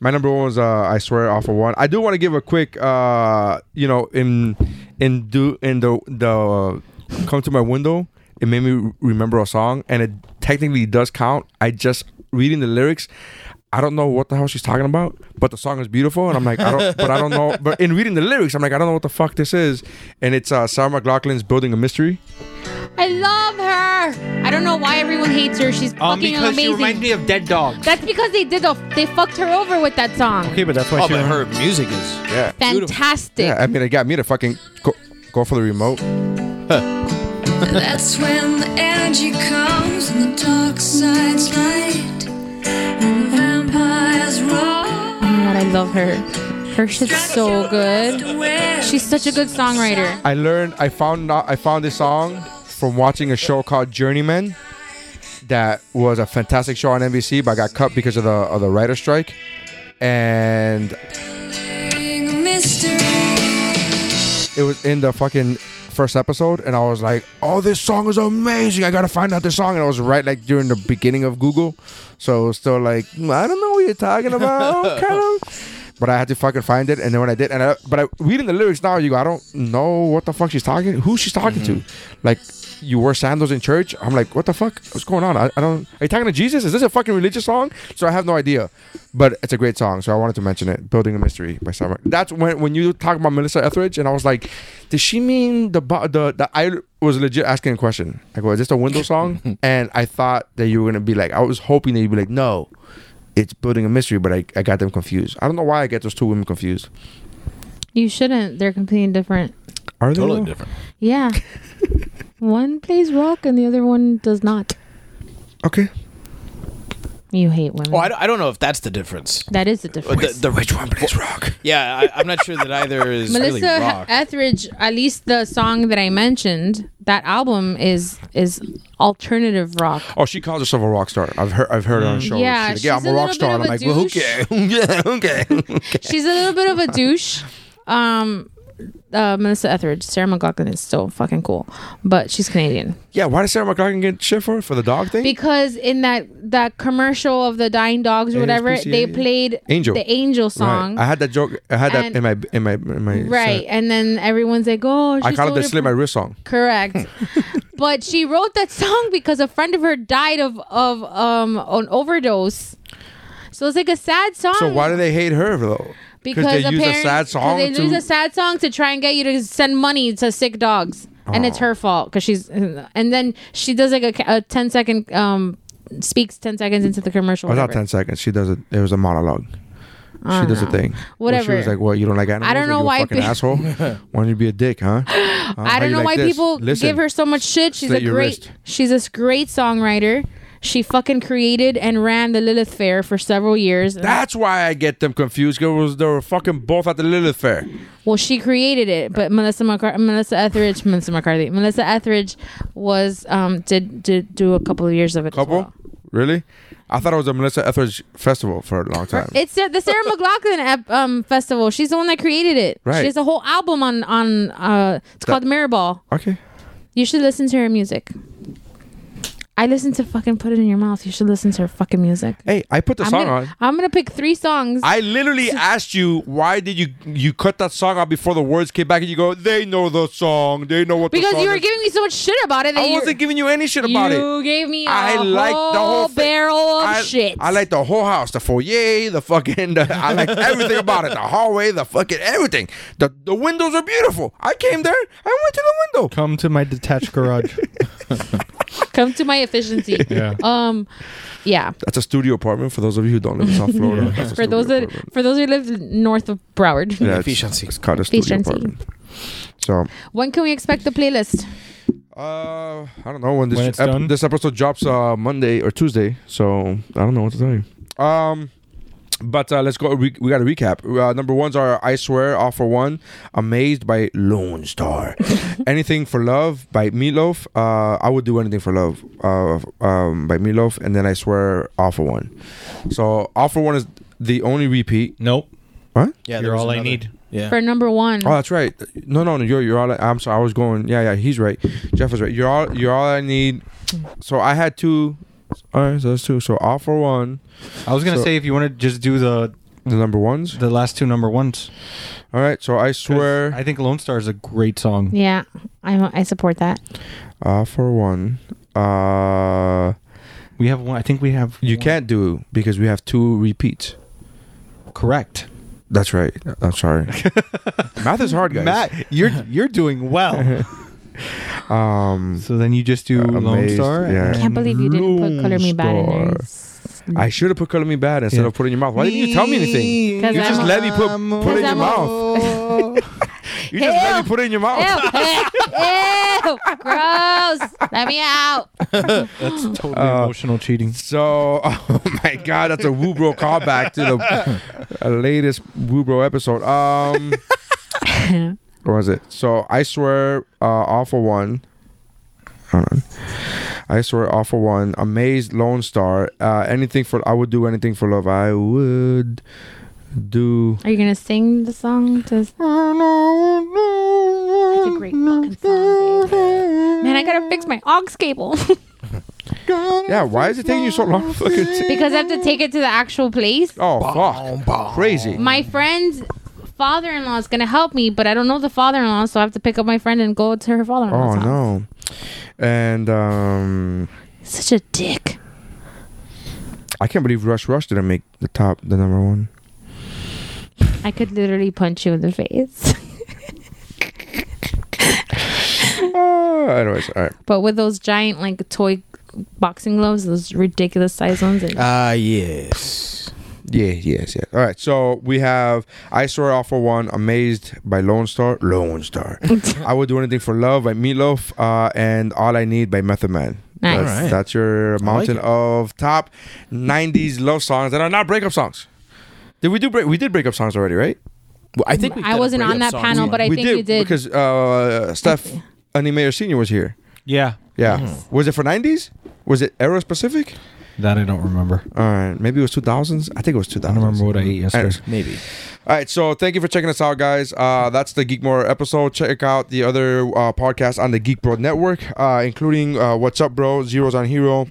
My number one was uh, I swear off of one. I do want to give a quick, uh, you know, in in do in the the come to my window, it made me re- remember a song, and it technically does count. I just reading the lyrics. I don't know what the hell she's talking about, but the song is beautiful, and I'm like, I don't, but I don't know. But in reading the lyrics, I'm like, I don't know what the fuck this is, and it's uh, Sarah McLaughlin's "Building a Mystery."
I love her. I don't know why everyone hates her. She's
Um,
fucking
because she
amazing.
reminds me of Dead Dogs.
that's because they did the they fucked her over with that song.
Okay, but that's why
Oh,
she
but
remember-
her music is
Yeah,
Fantastic.
yeah. I mean, it got me to fucking go, go for the remote.
That's when the energy comes and the dark side's light and the vampires roar.
Oh my god, I love her. Her shit's so good. She's such a good songwriter.
I learned I found out I found this song from watching a show called Journeyman that was a fantastic show on NBC but got cut because of the of the writer strike and it was in the fucking first episode and I was like oh this song is amazing I gotta find out this song and I was right like during the beginning of Google so it was still like "Mm, I don't know what you're talking about kind of but I had to fucking find it and then when I did and I, but I reading the lyrics now you go I don't know what the fuck she's talking who she's talking to like you wear sandals in church I'm like what the fuck what's going on I, I don't are you talking to Jesus is this a fucking religious song so I have no idea but it's a great song so I wanted to mention it Building a Mystery by Summer that's when when you talk about Melissa Etheridge and I was like does she mean the bo- the, the I was legit asking a question I go is this a window song and I thought that you were gonna be like I was hoping that you'd be like no it's building a mystery, but I, I got them confused. I don't know why I get those two women confused.
You shouldn't. They're completely different.
Are
Totally different.
Yeah. one plays rock and the other one does not.
Okay.
You hate women.
Oh, I don't, I don't know if that's the difference.
that is the difference.
which one plays rock? Yeah, I, I'm not sure that either is really
Melissa
rock.
Etheridge, at least the song that I mentioned, that album is is alternative rock.
Oh, she calls herself a rock star. I've heard I've heard her on shows.
Mm. Yeah,
She's like, yeah,
she's
I'm a
a
rock
little
star.
bit
And
of
I'm
a
like, well,
douche.
okay, yeah, okay.
She's a little bit of a douche. Um, uh, Melissa Etheridge, Sarah McLaughlin is so fucking cool, but she's Canadian.
yeah, why does Sarah McLachlan get shit for for the dog thing?
because in that that commercial of the dying dogs or whatever
ASPCA?
they played
Angel.
the angel song
Right. I had that joke. I had that
And-
in my in my in my.
right, and then everyone's like oh
set. I
she's
call it
so
the slit my
depre-
wrist song.
correct but she wrote that song because a friend of her died of of um an overdose so it's like a sad song
So why do they hate her though?
because
they use a
apparent-
sad
'cause
song.
they
to,
use a sad song to try and get you to send money to sick dogs and
Oh.
it's her fault because she's and then she does like a, ca- a 10 second um speaks 10 seconds into the commercial
oh, not
whatever.
ten seconds. She does it. It was a monologue.
I
She
don't
does a
know.
thing. Where
Whatever.
She was like, "What? You don't like animals?
I don't
Are
know
you a
why
fucking
pe-
asshole. Why don't you be a dick, huh? Huh? How
I don't
you
know
like
why
this?
people
Listen.
give her so much shit. She's
Slit
a
your
great
wrist.
she's a great songwriter. She fucking created and ran the Lilith Fair for several years.
That's why I get them confused. Because they were fucking both at the Lilith Fair.
well, she created it, but Melissa McCar- Melissa Etheridge, Melissa McCarthy, Melissa Etheridge was um did did do a couple of years of it. as
Couple?
well.
Really? I thought it was a Melissa Etheridge festival for a long time.
It's uh, the Sarah McLaughlin ep- um festival. She's the one that created it.
Right.
She has a whole album on on uh it's called Mirrorball.
okay.
You should listen to her music. I listen to fucking put it in your mouth. You should listen to her fucking music.
Hey, I put the
I'm
song
gonna,
on.
I'm gonna pick three songs.
I literally asked you why did you you cut that song out before the words came back, and you go, "They know the song. They know what." the
because
song
you were
is."
giving me so much shit about it. That
I
you're-
wasn't giving you any shit about it.
You gave me. I
I like the whole thing.
barrel of
I,
shit.
I like the whole house, the foyer, the fucking. The, I like everything about it. The hallway, the fucking everything. The the windows are beautiful. I came there. I went to the window.
Come to my detached garage.
Come to my efficiency.
Yeah.
Um, yeah.
That's a studio apartment for those of you who don't live in South Florida. That's a
For those
studio
that for those who live north of Broward,
apartment. yeah, it's,
Efficiency.
it's called a studio
Efficiency.
apartment. So
when can we expect the playlist?
uh, I don't know when this
When it's
ep-
done?
this episode drops uh, Monday or Tuesday. So I don't know what to tell you. Um. But uh, let's go. We, we got a recap. Uh, number ones are I Swear, All for One, Amazed by Lone Star, Anything for Love by Meatloaf. Uh, I would do anything for love uh, um, by Meatloaf, and then I Swear, All for One. So All for One is the only repeat.
nope.
What?
Yeah, there
You're
was
all I
another-
need.
Yeah.
For number one,
Oh, that's right. No, no, no. You're you're all. I- I'm sorry. I was going. Yeah, yeah. He's right. Jeff is right. You're all. You're all I need. So I had two. All right. So that's two. So all for one.
I was gonna
So-
say if you want to just do the
The number ones.
the last two number ones.
All right. So I swear.
I think Lone Star is a great song.
yeah, I I support that.
Uh, for one. Uh,
we have one. I think we have.
You can't do because we have two repeats.
Correct.
That's right. I'm sorry. Math is hard, guys.
Matt, you're you're doing well.
um.
So then you just do
Amazed,
Lone Star.
yeah.
and
I can't believe you didn't put Color Me Bad in there.
I should have put color me bad instead
Yeah.
of put it in your mouth. Why didn't you tell me anything? You
'Cause
just
I'm-
let me put put it in your
I'm a-
mouth. you just let me put it in your
Ew,
mouth.
ew, gross. Let me out.
That's totally
Uh,
emotional cheating.
So, oh my God, that's a Woobro callback to the uh, latest Woobro episode. Um, what was it? So, I swear, uh, awful one. Hold on. I swear, awful one. Amazed Lone Star. Uh, anything for I would do anything for love. I would do.
Are you gonna sing the song? To... That's
Oh,
a great fucking song, babe. Man, I gotta fix my aux cable
Yeah, why is it taking you so long? to Fucking t-
because I have to take it to the actual place.
oh fuck, crazy.
My friend's father-in-law is gonna help me, but I don't know the father-in-law, so I have to pick up my friend and go to her father-in-law's
Oh
house.
no, and um.
Such a dick.
I can't believe Rush Rush didn't make the top, the number one.
I could literally punch you in the face.
Uh, anyways, all right.
but with those giant like toy boxing gloves, those ridiculous size ones. and-
Ah, yes.
Yeah, yes, yes. All right. So we have I Swear Off for One, Amazed by Lone Star. Lone Star. I Would Do Anything for Love by Meatloaf, uh, and All I Need by Method Man.
Nice.
That's,
All right.
that's your mountain
it.
of top 90s love songs that are not breakup songs. Did we do break? We did breakup songs already, right?
Well, I think we've
I
done a
wasn't on
breakup
that
song.
panel, but I
we
think you did.
because uh, Steph Annie Mayer Senior was here.
Yeah,
Yeah.
Mm-hmm.
Was it for 90s? Was it era specific?
that I don't remember.
All right, maybe it was 2000s. I think it was 2000s.
I don't remember what I ate yesterday.
Anyways.
Maybe.
All right, so thank you for checking us out, guys. Uh, that's the Geekmore episode. Check out the other uh, podcasts on the Geek Bro Network, uh, including uh, What's Up, Bro, Zeros on Hero,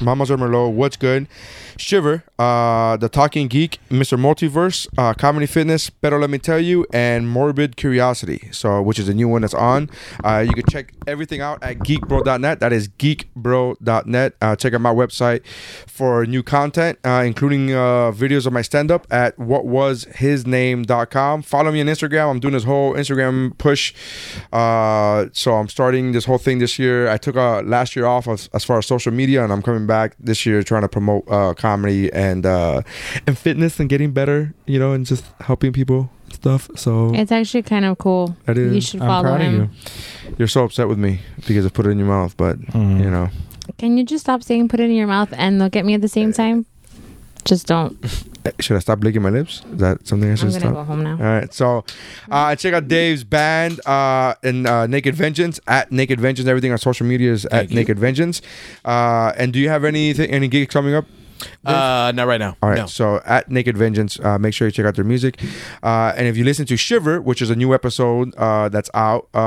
Mamas Are Merlot, What's Good, Shiver, uh, The Talking Geek, Mr. Multiverse, uh, Comedy Fitness, Better Let Me Tell You, and Morbid Curiosity, so which is a new one that's on. Uh, you can check everything out at geekbro.net. That is geekbro.net. Uh, check out my website for new content, uh, including uh, videos of my stand up at whatwashisname.com. Follow me on Instagram. I'm doing this whole Instagram push. Uh, so I'm starting this whole thing this year. I took uh, last year off as, as far as social media, and I'm coming back this year trying to promote uh, comedy and uh, and fitness and getting better, you know, and just helping people and stuff. So
it's actually kind of cool.
That is-
You should
I'm
follow
proud of
him.
you.
you're so upset with me because I put it in your mouth, but
Mhm.
you know.
Can you just stop saying "put it in your mouth" and look at me at the same time? Just don't.
Eh, Should I stop licking my lips? Is that something I
I'm
should
gonna
stop?
go home now.
All right, so uh, check out Dave's band uh, and uh, Naked Vengeance at Naked Vengeance. Everything on social media is at Naked Vengeance. Uh, and do you have anything, any gigs coming up?
Uh, not right now.
All right,
No.
so at Naked Vengeance, uh, make sure you check out their music. Uh, and if you listen to Shiver, which is a new episode uh, that's out, uh,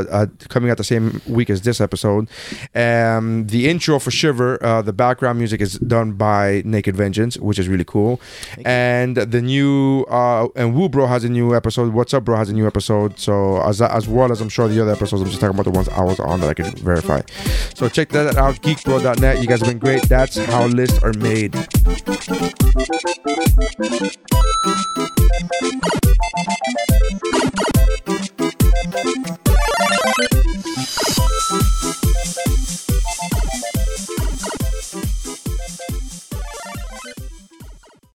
uh, coming out the same week as this episode, um, the intro for Shiver, uh, the background music is done by Naked Vengeance, which is really cool. And the new, uh, and Woo Bro has a new episode, What's Up Bro has a new episode. So, as, as well as I'm sure the other episodes, I'm just talking about the ones I was on that I can verify. So, check that out, geekbro.net. You guys have been great. That's how lists are made.
Thank you.